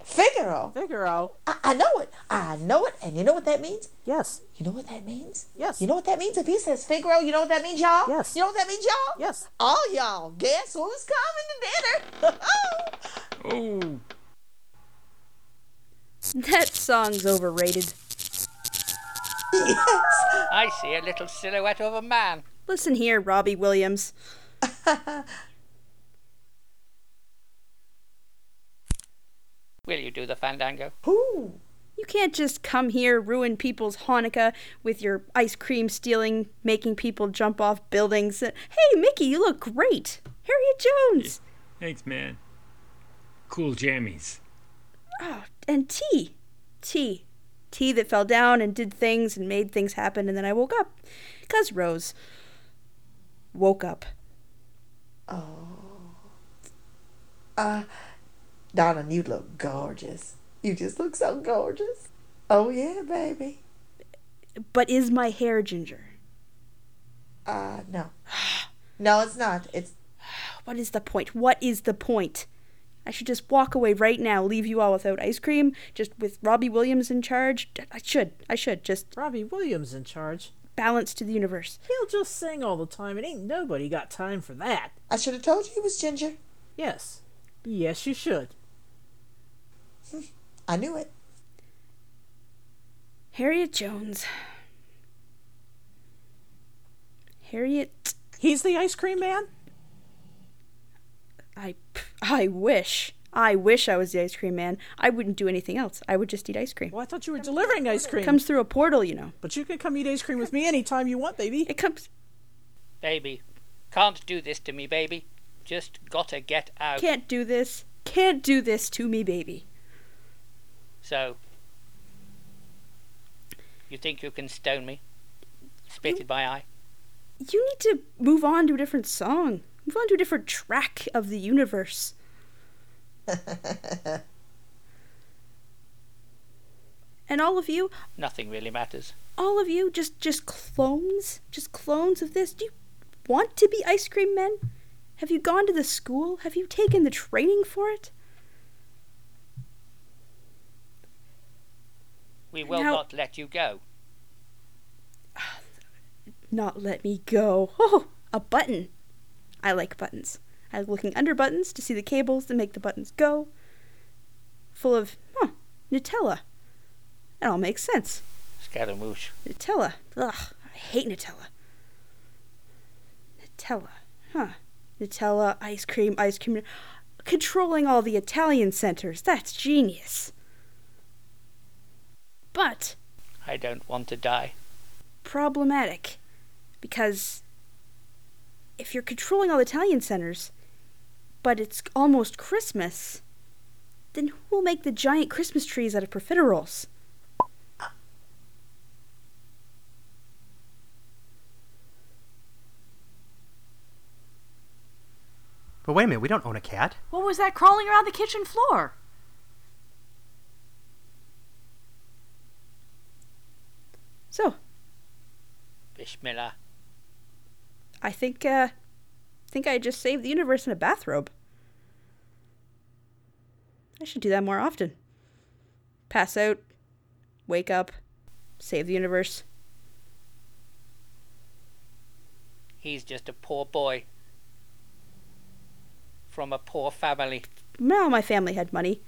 S9: Figaro.
S15: Figaro.
S9: I, I know it. I know it. And you know what that means?
S15: Yes.
S9: You know what that means?
S15: Yes.
S9: You know what that means? If he says Figaro, you know what that means, y'all?
S15: Yes.
S9: You know what that means, y'all?
S15: Yes.
S9: All y'all. Guess who's coming to dinner?
S17: Oh,
S8: That song's overrated.
S1: I see a little silhouette of a man.
S8: Listen here, Robbie Williams.
S1: Will you do the fandango?
S9: Ooh.
S8: You can't just come here, ruin people's Hanukkah with your ice cream stealing, making people jump off buildings. Hey, Mickey, you look great. Harriet Jones.
S17: thanks, man.
S6: Cool jammies.
S8: Oh, and tea. Tea. Tea that fell down and did things and made things happen, and then I woke up. Because Rose woke up.
S9: Oh. Uh, Donna, you look gorgeous. You just look so gorgeous. Oh, yeah, baby.
S8: But is my hair ginger?
S9: Uh, no. No, it's not. It's.
S8: What is the point? What is the point? I should just walk away right now, leave you all without ice cream, just with Robbie Williams in charge. I should. I should. Just
S15: Robbie Williams in charge.
S8: balance to the universe.
S15: He'll just sing all the time. It ain't nobody got time for that.
S9: I should have told you he was ginger.
S15: Yes. Yes, you should.
S9: Hmm. I knew it.
S8: Harriet Jones. Harriet,
S15: He's the ice cream man?
S8: I, I wish. I wish I was the ice cream man. I wouldn't do anything else. I would just eat ice cream.
S15: Well, I thought you were delivering ice cream.
S8: Comes through a portal, you know.
S15: But you can come eat ice cream with me anytime you want, baby.
S8: It comes.
S1: Baby. Can't do this to me, baby. Just gotta get out.
S8: Can't do this. Can't do this to me, baby.
S1: So. You think you can stone me? Spit in my eye?
S8: You need to move on to a different song. Move on to a different track of the universe. and all of you,
S1: Nothing really matters.
S8: all of you just just clones just clones of this do you want to be ice cream men have you gone to the school have you taken the training for it
S1: We will
S8: Now-
S1: not let you go.
S8: not let me go oh a button i like buttons i like looking under buttons to see the cables that make the buttons go full of huh nutella it all makes sense
S1: Scaramouche.
S8: nutella ugh i hate nutella nutella huh nutella ice cream ice cream controlling all the italian centers that's genius but
S1: I don't want to die.
S8: problematic because if you're controlling all the Italian centers, but it's almost Christmas, then who will make the giant Christmas trees out of profiteroles?
S2: But wait a minute, we don't own a cat.
S20: What was that crawling around the kitchen floor?
S8: So
S1: Bishmillah.
S8: I think uh, think I just saved the universe in a bathrobe. I should do that more often. Pass out, wake up, save the universe.
S1: He's just a poor boy. From a poor family.
S8: Well, my family had money.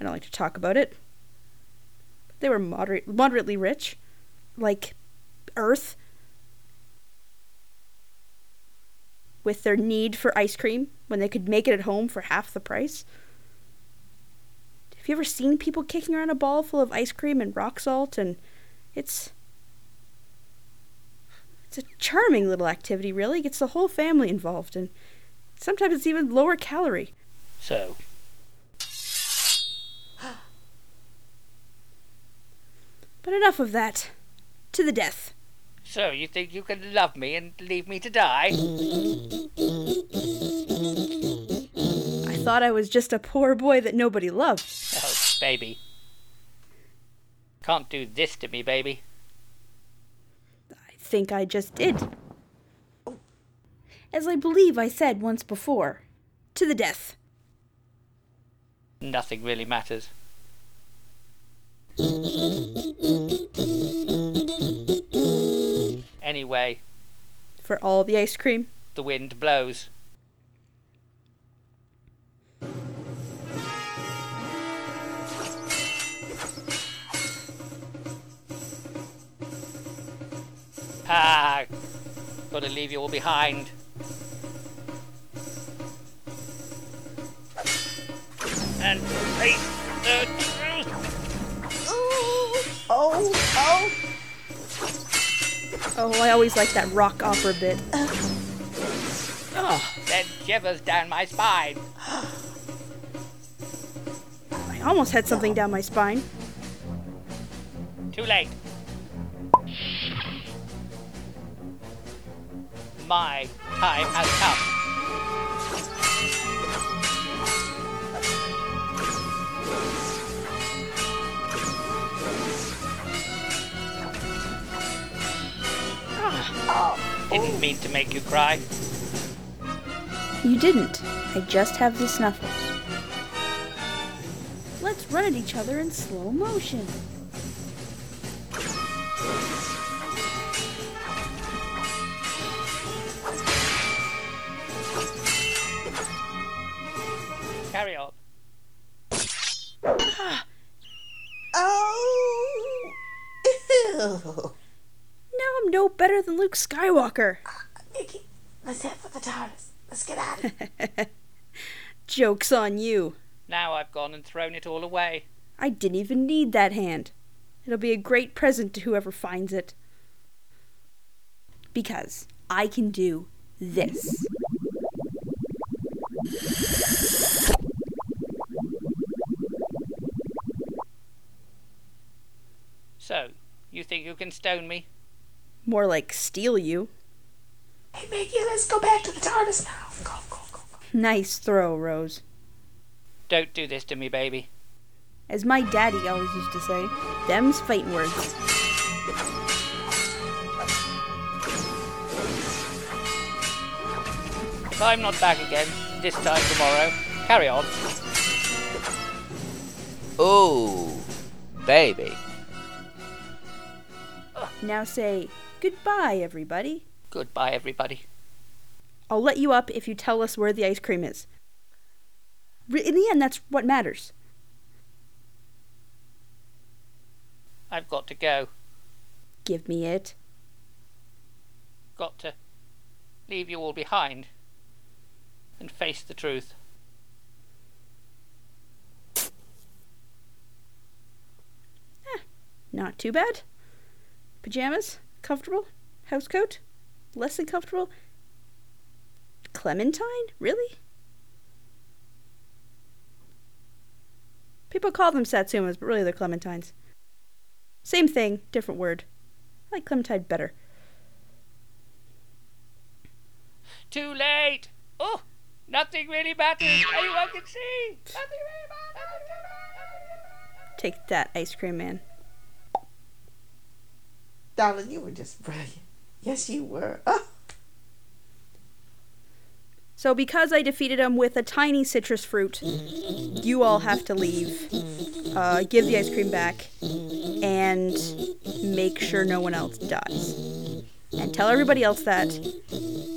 S8: I don't like to talk about it. They were moderate, moderately rich, like Earth. with their need for ice cream when they could make it at home for half the price? Have you ever seen people kicking around a ball full of ice cream and rock salt and it's it's a charming little activity really. It gets the whole family involved and sometimes it's even lower calorie.
S1: So,
S8: But enough of that. To the death.
S1: so you think you can love me and leave me to die? Oh,
S8: I thought I was just a poor boy that nobody loved.
S1: Oh, baby. Can't do this to me, baby.
S8: think I just did. As I believe I said once before, to the death.
S1: Nothing really matters. Anyway,
S8: For all the ice cream.
S1: the wind blows. Ah, gotta leave you all behind. And face the truth.
S9: Oh, oh.
S8: Oh, I always like that rock opera bit.
S1: Oh, that shivers down my spine.
S8: I almost had something down my spine.
S1: Too late. My time has come. Ah, Didn't mean to make you cry.
S8: You didn't. I just have the snuffles. Let's run at each other in slow motion.
S1: Carry on.
S9: Oh. Ew.
S8: Now I'm no better than Luke Skywalker.
S9: Nikki, let's head for the TARDIS. Let's get out of here.
S8: Joke's on you.
S1: Now I've gone and thrown it all away.
S8: I didn't even need that hand. It'll be a great present to whoever finds it. Because I can do this.
S1: So, you think you can stone me?
S8: More like steal you.
S9: Hey, Mickey, let's go back to the TARDIS now. Go, go, go.
S8: Nice throw, Rose.
S1: Don't do this to me, baby.
S8: As my daddy always used to say, them's fighting words.
S1: If I'm not back again, this time tomorrow, carry on. Oh.
S4: Ooh, baby.
S8: Now say goodbye, everybody.
S1: Goodbye, everybody.
S8: I'll let you up if you tell us where the ice cream is. Re- In the end, that's what matters.
S1: I've got to go.
S8: Give me it.
S1: Got to leave you all behind and face the truth.
S8: Not too bad. Pajamas? Comfortable? House coat? Less than comfortable? Clementine? Really? People call them Satsumas, but really they're Clementines. Same thing, different word. I like Clementine better.
S1: Too late! Oh, nothing really matters. Anyone can see. Nothing really
S8: Take that, ice cream man.
S9: Darling, you were just brilliant. Yes, you were. Oh,
S8: So, because I defeated him with a tiny citrus fruit, you all have to leave, uh, give the ice cream back, and make sure no one else dies. And tell everybody else that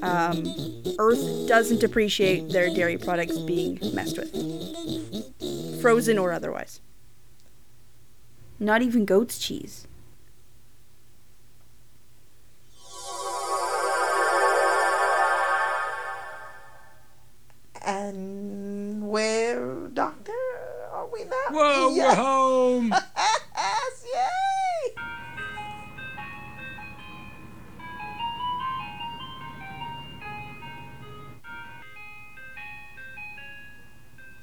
S8: um, Earth doesn't appreciate their dairy products being messed with, frozen or otherwise. Not even goat's cheese.
S9: came out.
S17: Whoa,
S9: Yeah.
S17: we're home!
S9: Yes, yay!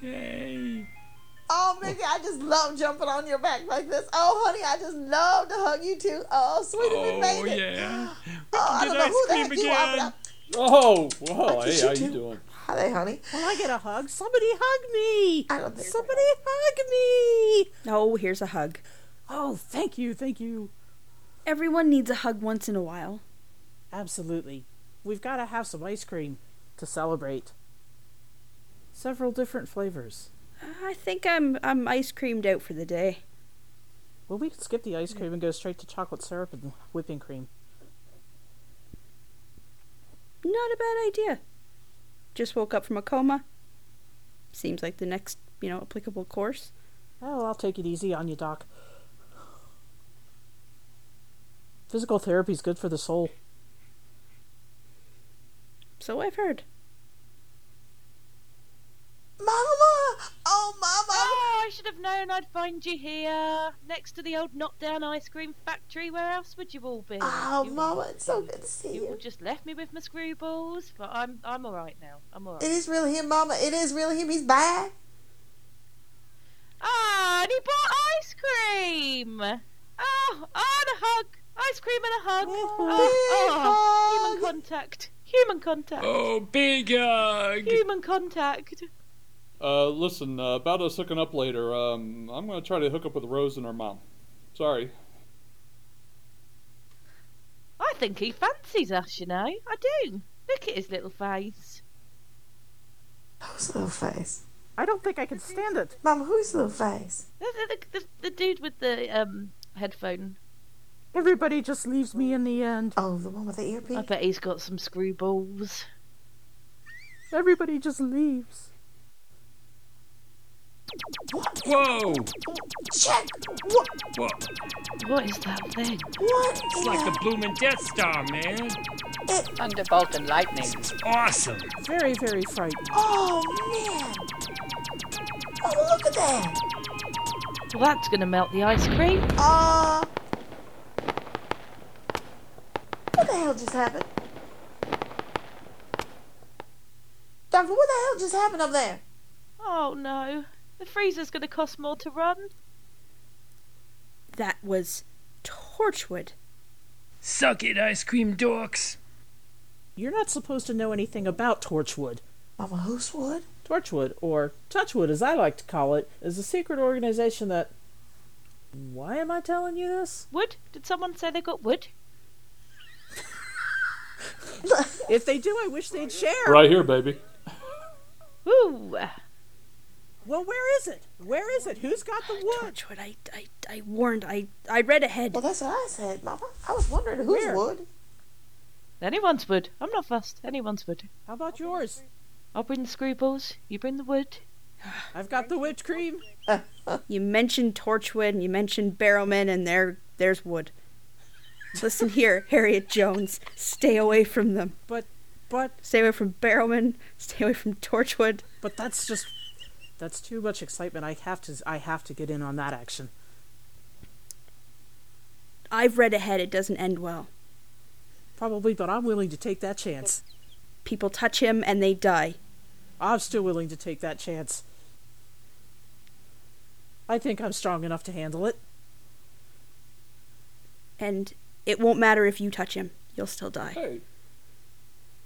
S17: Yay!
S9: Oh, Mickey, I just love jumping on your back like this. Oh, honey, I just love to hug you too. Oh, sweetie, we
S17: Oh,
S9: made it.
S17: yeah.
S9: Oh, I don't know who the
S17: cream
S9: heck you are, but I-
S16: Whoa, whoa,
S9: Like,
S16: hey,
S9: you
S16: how
S9: too.
S16: you doing?
S9: Hi there, honey.
S15: Will I get a hug? Somebody hug me!
S9: I don't think
S15: Somebody hug me!
S8: No, here's a hug.
S15: Oh, thank you, thank you.
S8: Everyone needs a hug once in a while.
S15: Absolutely. We've got to have some ice cream to celebrate. Several different flavors.
S8: I think I'm I'm ice creamed out for the day.
S15: Well, we could skip the ice cream and go straight to chocolate syrup and whipping cream.
S8: Not a bad idea. Just woke up from a coma. Seems like the next, you know, applicable course.
S15: Oh, I'll take it easy on you, Doc. Physical therapy's good for the soul.
S8: So I've heard.
S9: Mama! Oh, Mama!
S5: Oh, I should have known I'd find you here, next to the old knockdown ice cream factory. Where else would you all be?
S9: Oh,
S5: You all-
S9: Mama, it's so good to see
S5: You all
S9: you.
S5: just left me with my screwballs, but I'm I'm all right now. I'm all right.
S9: It is really him, Mama. It is really him. He's back.
S5: Ah, and he bought ice cream. Oh, oh, and a hug. Ice cream and a hug. Oh, oh, human contact. Human contact.
S17: Oh, big hug!
S5: Human contact.
S16: Uh, listen, uh, about us hooking up later, um, I'm going to try to hook up with Rose and her mom. Sorry.
S5: I think he fancies us, you know. I do. Look at his little face.
S9: Who's little face?
S15: I don't think I can stand it.
S9: Mama, who's little face?
S5: The, the, the, the, the dude with the um headphone.
S15: Everybody just leaves me in the end.
S9: Oh, the one with the earpiece?
S5: I bet he's got some screwballs.
S15: Everybody just leaves.
S17: Whoa!
S9: Check! What?
S17: Whoa!
S5: What is that thing?
S9: What?
S17: It's like the blooming Death Star, man!
S23: Thunderbolt and lightning.
S17: Awesome!
S15: Very, very frightened.
S9: Oh, man. Oh, look at that.
S5: Well, that's gonna melt the ice cream.
S9: Uh. What the hell just happened? Doctor, what the hell just happened up there?
S5: Oh no, the freezer's gonna cost more to run.
S8: That was Torchwood.
S17: Suck it, ice cream dorks!
S15: You're not supposed to know anything about Torchwood.
S9: Mama, who's wood?
S15: Torchwood, or Touchwood as I like to call it, is a secret organization that. Why am I telling you this?
S5: Wood? Did someone say they got wood?
S15: If they do, I wish they'd share.
S16: Right here, baby.
S5: Ooh.
S15: Well, where is it? Where is it? Who's got the wood?
S8: Torchwood, I, I, I warned, I, I read ahead.
S9: Well, that's what I said, Mama. I was wondering who's
S15: Where?
S9: wood.
S5: Anyone's wood. I'm not fussed. Anyone's wood.
S15: How about yours?
S5: I'll bring the screwballs. You bring the wood.
S15: I've got the witch cream.
S8: You mentioned Torchwood and you mentioned Barrowman, and there, there's wood. Listen here, Harriet Jones, stay away from them.
S15: But, but,
S8: Stay away from Barrowman, stay away from Torchwood.
S15: but that's just. That's too much excitement. I have to. I have to get in on that action.
S8: I've read ahead, it doesn't end well.
S15: Probably, but I'm willing to take that chance.
S8: People touch him and they die.
S15: I'm still willing to take that chance. I think I'm strong enough to handle it.
S8: And it won't matter if you touch him, you'll still die.
S16: Hey.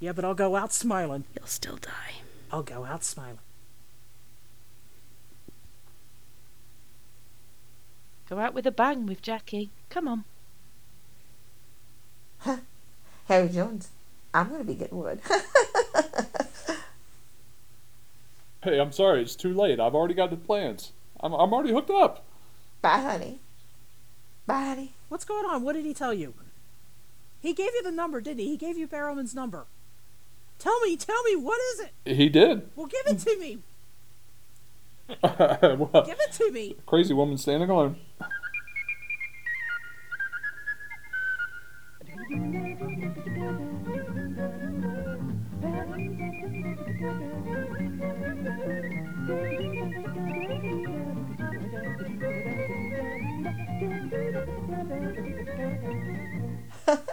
S15: Yeah, but I'll go out smiling.
S8: You'll still die.
S15: I'll go out smiling.
S5: Go out with a bang with Jackie. Come on.
S9: Harry Jones. I'm going to be getting wood.
S16: Hey, I'm sorry. It's too late. I've already got the plans. I'm, I'm already hooked up.
S9: Bye, honey. Bye, honey.
S15: What's going on? What did he tell you? He gave you the number, didn't he? He gave you Barrowman's number. Tell me, tell me, what is it?
S16: He did.
S15: Well, give it to me.
S16: Well,
S15: Give it to me.
S16: crazy woman standing alone.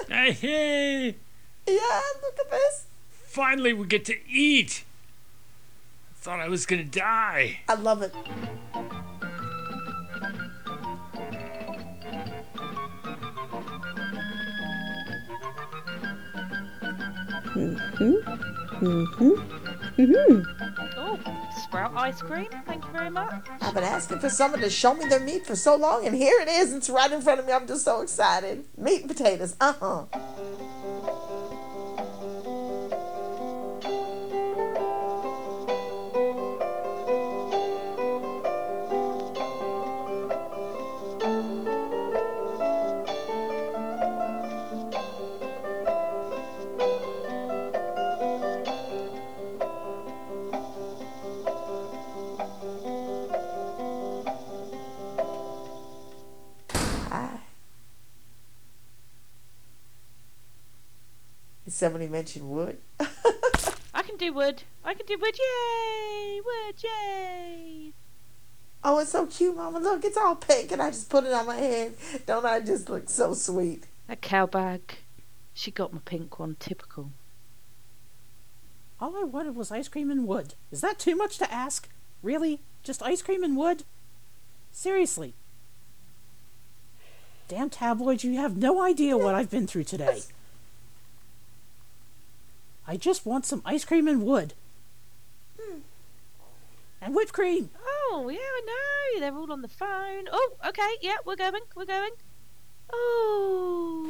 S6: Hey, hey!
S9: Yeah, look at this.
S6: Finally, we get to eat. I thought I was gonna die.
S9: I love it.
S3: Mm-hmm. Mm-hmm. Mm-hmm.
S8: Hmm.
S5: Oh, sprout ice cream. Thank you very much.
S9: I've been asking for someone to show me their meat for so long, and here it is. It's right in front of me. I'm just so excited. Meat and potatoes. Uh huh. Did somebody mention wood?
S5: I can do wood. I can do wood. Yay! Wood. Yay!
S9: Oh, it's so cute, Mama. Look, it's all pink, and I just put it on my head. Don't I just look so sweet?
S5: A cow bag. She got my pink one. Typical.
S15: All I wanted was ice cream and wood. Is that too much to ask? Really? Just ice cream and wood? Seriously. Damn tabloids, you have no idea what I've been through today. I just want some ice cream and wood. And whipped cream!
S5: Oh, yeah, I know. They're all on the phone. Oh, okay. Yeah, we're going. We're going. Oh.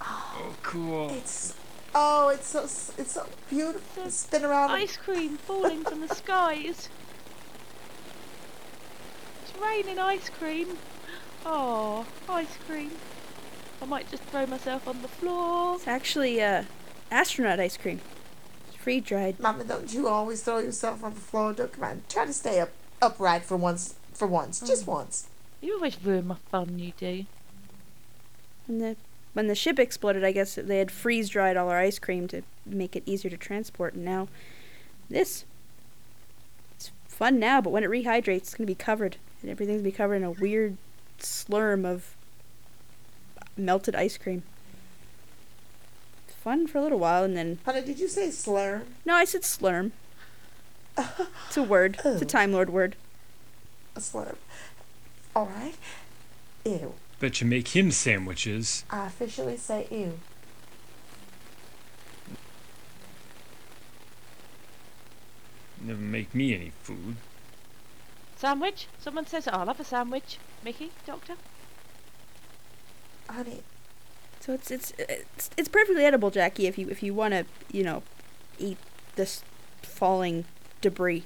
S6: Oh, cool.
S9: It's oh, it's so it's so beautiful. Spin around.
S5: Ice cream falling from the skies. It's raining ice cream. Oh, ice cream. I might just throw myself on the floor.
S8: It's actually uh, astronaut ice cream. It's free dried.
S9: Mama, don't you always throw yourself on the floor? Don't come on. Try to stay up upright for once. For once, just
S5: Mm.
S9: once.
S5: You always ruin my fun, you do.
S8: When the when the ship exploded, I guess they had freeze dried all our ice cream to make it easier to transport. And now, this. It's fun now, but when it rehydrates, it's gonna be covered, and everything's gonna be covered in a weird slurm of melted ice cream. Fun for a little while, and then
S9: Honey, did you say slur?
S8: no, I said slurm. It's a word. It's a Time Lord word.
S9: Oh. A slurm. All right. Ew.
S6: Bet you make him sandwiches.
S9: I officially say ew.
S6: Never make me any food.
S5: Sandwich? Someone says I'll have a sandwich. Mickey, Doctor?
S9: Honey,
S8: So it's it's uh, it's, it's perfectly edible, Jackie. If you if you want to you know eat this falling debris,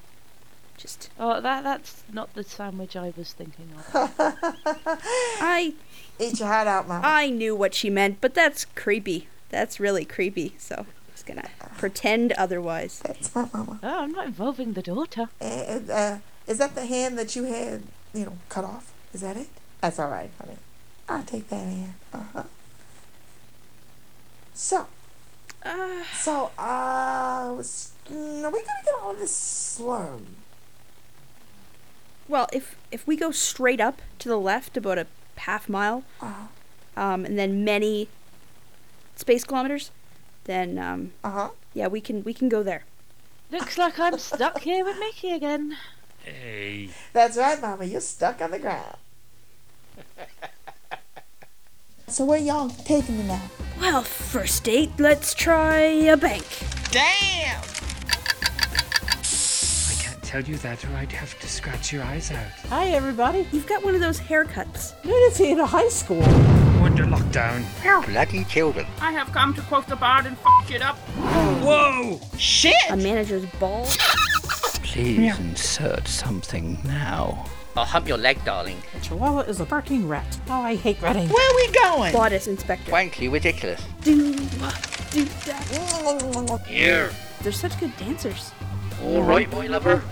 S8: just
S5: Oh, that that's not the sandwich I was thinking of.
S8: I
S9: eat your heart out, Mama.
S8: I knew what she meant, but that's creepy. That's really creepy. So I'm just gonna pretend otherwise.
S9: That's my mama.
S5: Oh, I'm not involving the daughter.
S9: And, uh, is that the hand that you had, you know, cut off? Is that it? That's all right, honey. I'll take that hand. Uh huh. So,
S8: Uh,
S9: so, uh, was, mm, are we gonna get all this slurm?
S8: well, if if we go straight up to the left about a half mile,
S9: Uh
S8: um, and then many space kilometers, then um,
S9: huh.
S8: yeah, we can we can go there.
S5: Looks like I'm stuck here with Mickey again.
S6: Hey.
S9: That's right, Mama. You're stuck on the ground. so where y'all taking me now?
S8: Well, first date, let's try a bank.
S9: Damn!
S6: I can't tell you that, or I'd have to scratch your eyes out.
S15: Hi, everybody.
S8: You've got one of those haircuts.
S15: Nudity in a high school.
S6: Under lockdown.
S4: Bloody children.
S14: I have come to quote the bard and f it up.
S6: Whoa!
S9: Shit!
S8: A manager's ball.
S4: Please insert something now.
S1: I'll hump your leg, darling.
S15: A chihuahua is a barking rat. Oh, I hate ratting.
S9: Where we going?
S8: Bodice inspector.
S4: Wankly ridiculous.
S8: Do, do, da.
S6: Here.
S8: They're such good dancers.
S4: All right, my lover.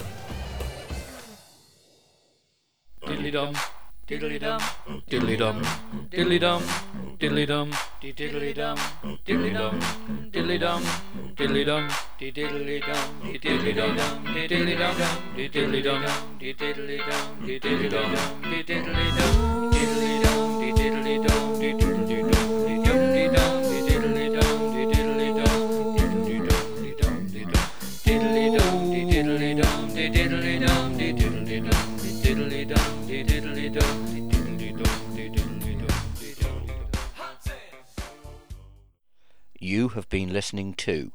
S19: Diddly dum, diddly dum, diddly dum, diddly dum, diddly dum, dee diddly dum, diddly dum, diddly dum, diddly dum, dee diddly dum, dee diddly dum, dee diddly dum, dee diddly dum, dee diddly dum, dee diddly dum, dee diddly dum, dee diddly dum, dee diddly dum, dee diddly
S10: diddly dum, diddly dum, diddly dum, diddly dum.
S24: You have been listening to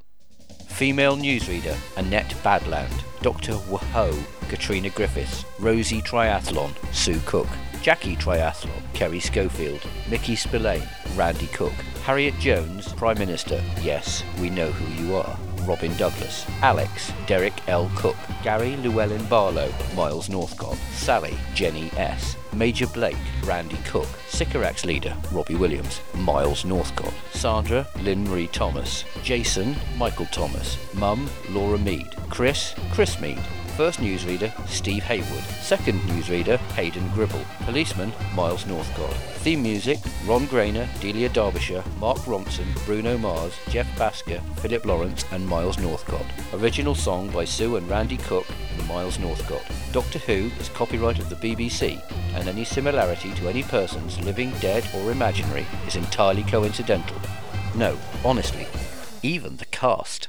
S24: Female newsreader Annette Badland, Dr. Waho, Katrina Griffiths, Rosie Triathlon, Sue Cook, Jackie Triathlon, Kerry Schofield, Mickey Spillane, Randy Cook, Harriet Jones, Prime Minister, yes, we know who you are, Robin Douglas, Alex, Derek L. Cook, Gary Llewellyn Barlow, Miles Northcott, Sally, Jenny S., Major Blake, Randy Cook, Sycorax leader, Robbie Williams, Miles Northcott, Sandra, Lynn Marie Thomas, Jason, Michael Thomas, Mum, Laura Mead, Chris, Chris Mead, First newsreader, Steve Haywood. Second newsreader, Hayden Gribble. Policeman, Miles Northcott. Theme music, Ron Grainer, Delia Derbyshire, Mark Ronson, Bruno Mars, Jeff Basker, Philip Lawrence, and Miles Northcott. Original song by Sue and Randy Cook and Miles Northcott. Doctor Who is copyright of the BBC, and any similarity to any persons living, dead, or imaginary is entirely coincidental. No, honestly, even the cast.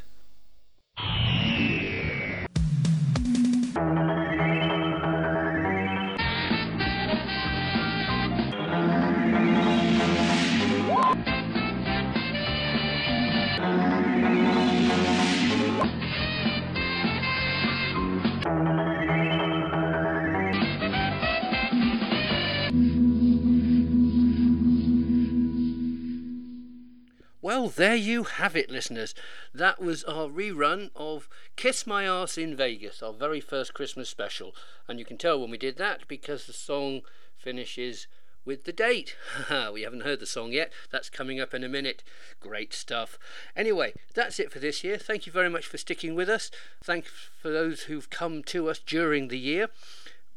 S7: Well, there you have it, listeners. That was our rerun of Kiss My Ass in Vegas, our very first Christmas special. And you can tell when we did that because the song finishes with the date. Haha, we haven't heard the song yet. That's coming up in a minute. Great stuff. Anyway, that's it for this year. Thank you very much for sticking with us. Thanks for those who've come to us during the year.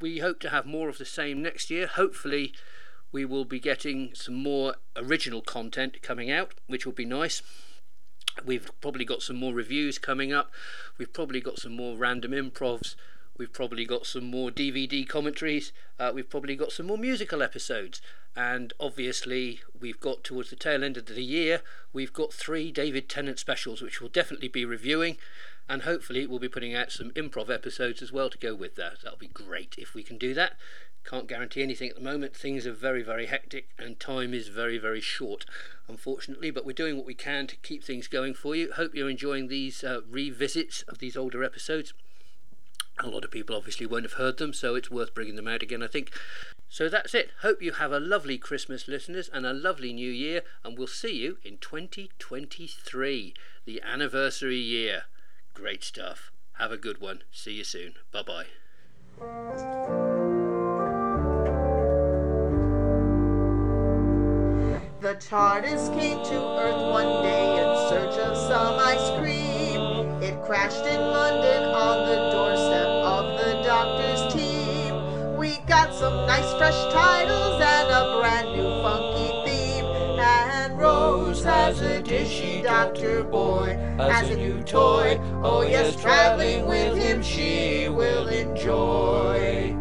S7: We hope to have more of the same next year. Hopefully, we will be getting some more original content coming out, which will be nice. We've probably got some more reviews coming up. We've probably got some more random improvs. We've probably got some more DVD commentaries. Uh, we've probably got some more musical episodes. And obviously, we've got towards the tail end of the year, we've got three David Tennant specials, which we'll definitely be reviewing. And hopefully, we'll be putting out some improv episodes as well to go with that. That'll be great if we can do that. Can't guarantee anything at the moment. Things are very, very hectic and time is very, very short, unfortunately. But we're doing what we can to keep things going for you. Hope you're enjoying these uh, revisits of these older episodes. A lot of people obviously won't have heard them, so it's worth bringing them out again, I think. So that's it. Hope you have a lovely Christmas, listeners, and a lovely new year. And we'll see you in 2023, the anniversary year. Great stuff. Have a good one. See you soon. Bye bye.
S21: The TARDIS came to Earth one day in search of some ice cream. It crashed in London on the doorstep of the doctor's team. We got some nice fresh titles and a brand new funky theme. And Rose has a dishy doctor boy as a new toy. Oh yes, traveling with him she will enjoy.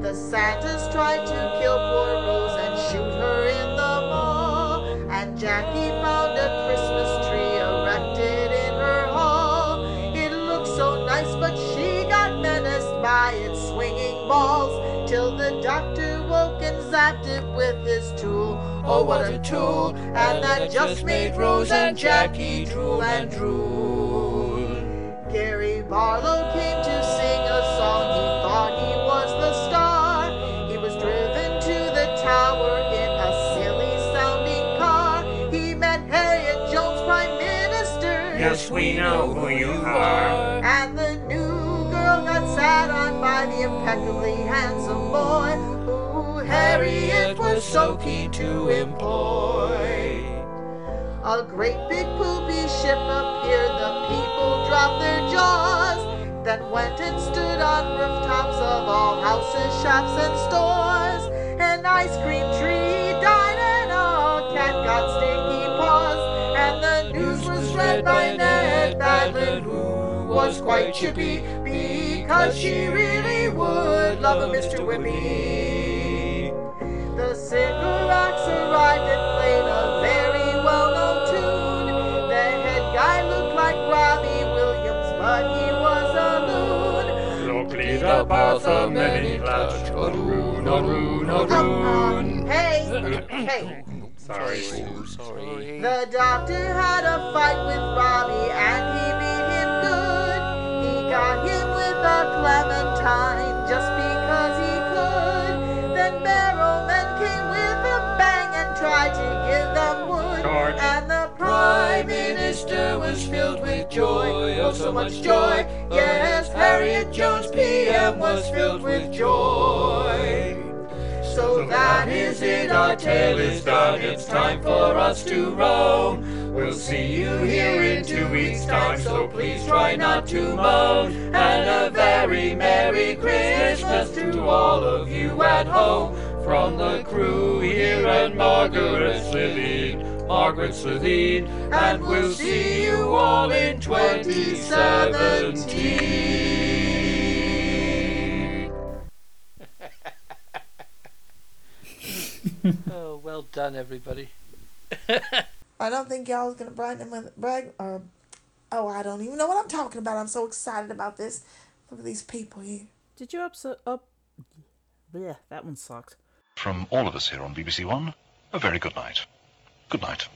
S21: The Santas tried to kill poor Rose and shoot her in the mall. And Jackie found a Christmas tree erected in her hall. It looked so nice, but she got menaced by its swinging balls. Till the doctor woke and zapped it with his tool. Oh, what a tool! And that just made Rose and Jackie drool and drool. Gary Barlow came to sing a song. He thought he was the star. He was driven to the tower in a silly sounding car. He met Harriet Jones, Prime Minister.
S17: Yes, we know who you are.
S21: And the new girl got sat on by the impeccably handsome boy. Ooh, Harriet was so keen to employ. A great big poopy ship appeared, the people dropped their jaws, then went and stood on rooftops of all houses, shops, and stores. An ice cream tree died, and a cat got stinky paws, and the news was read by Ned Badland, who was quite chippy, because she really would love a Mr. Whippy. The Sycorax arrived and played a very well-known tune. The head guy looked like Robbie Williams, but he was a loon.
S17: Look, leader, about the many-cloud
S2: Haroon, Haroon.
S21: Hey, hey.
S2: Sorry, sorry.
S21: The doctor had a fight with Robbie and he beat him good. He got him with a clementine just because he could. Then Barrowman came with a bang and tried to give them wood.
S2: Charge.
S21: And the
S2: Prime Minister was filled with joy, oh so much joy.
S21: Yes, Harriet Jones PM was filled with joy. So that is it, our tale is done. It's time for us to roam.
S2: We'll see you here in two weeks' time, so please try not to moan. And a very Merry Christmas to all of you at home. From the crew here at Margaret Slitheen, Margaret Slitheen, and we'll see you all in 2017.
S10: oh, well done, everybody.
S9: I don't think y'all is gonna brag them with brag or oh I don't even know what I'm talking about. I'm so excited about this. Look at these people here.
S25: Did you upset up? Bleh, that one sucked.
S11: From all of us here on BBC One, a very good night. Good night.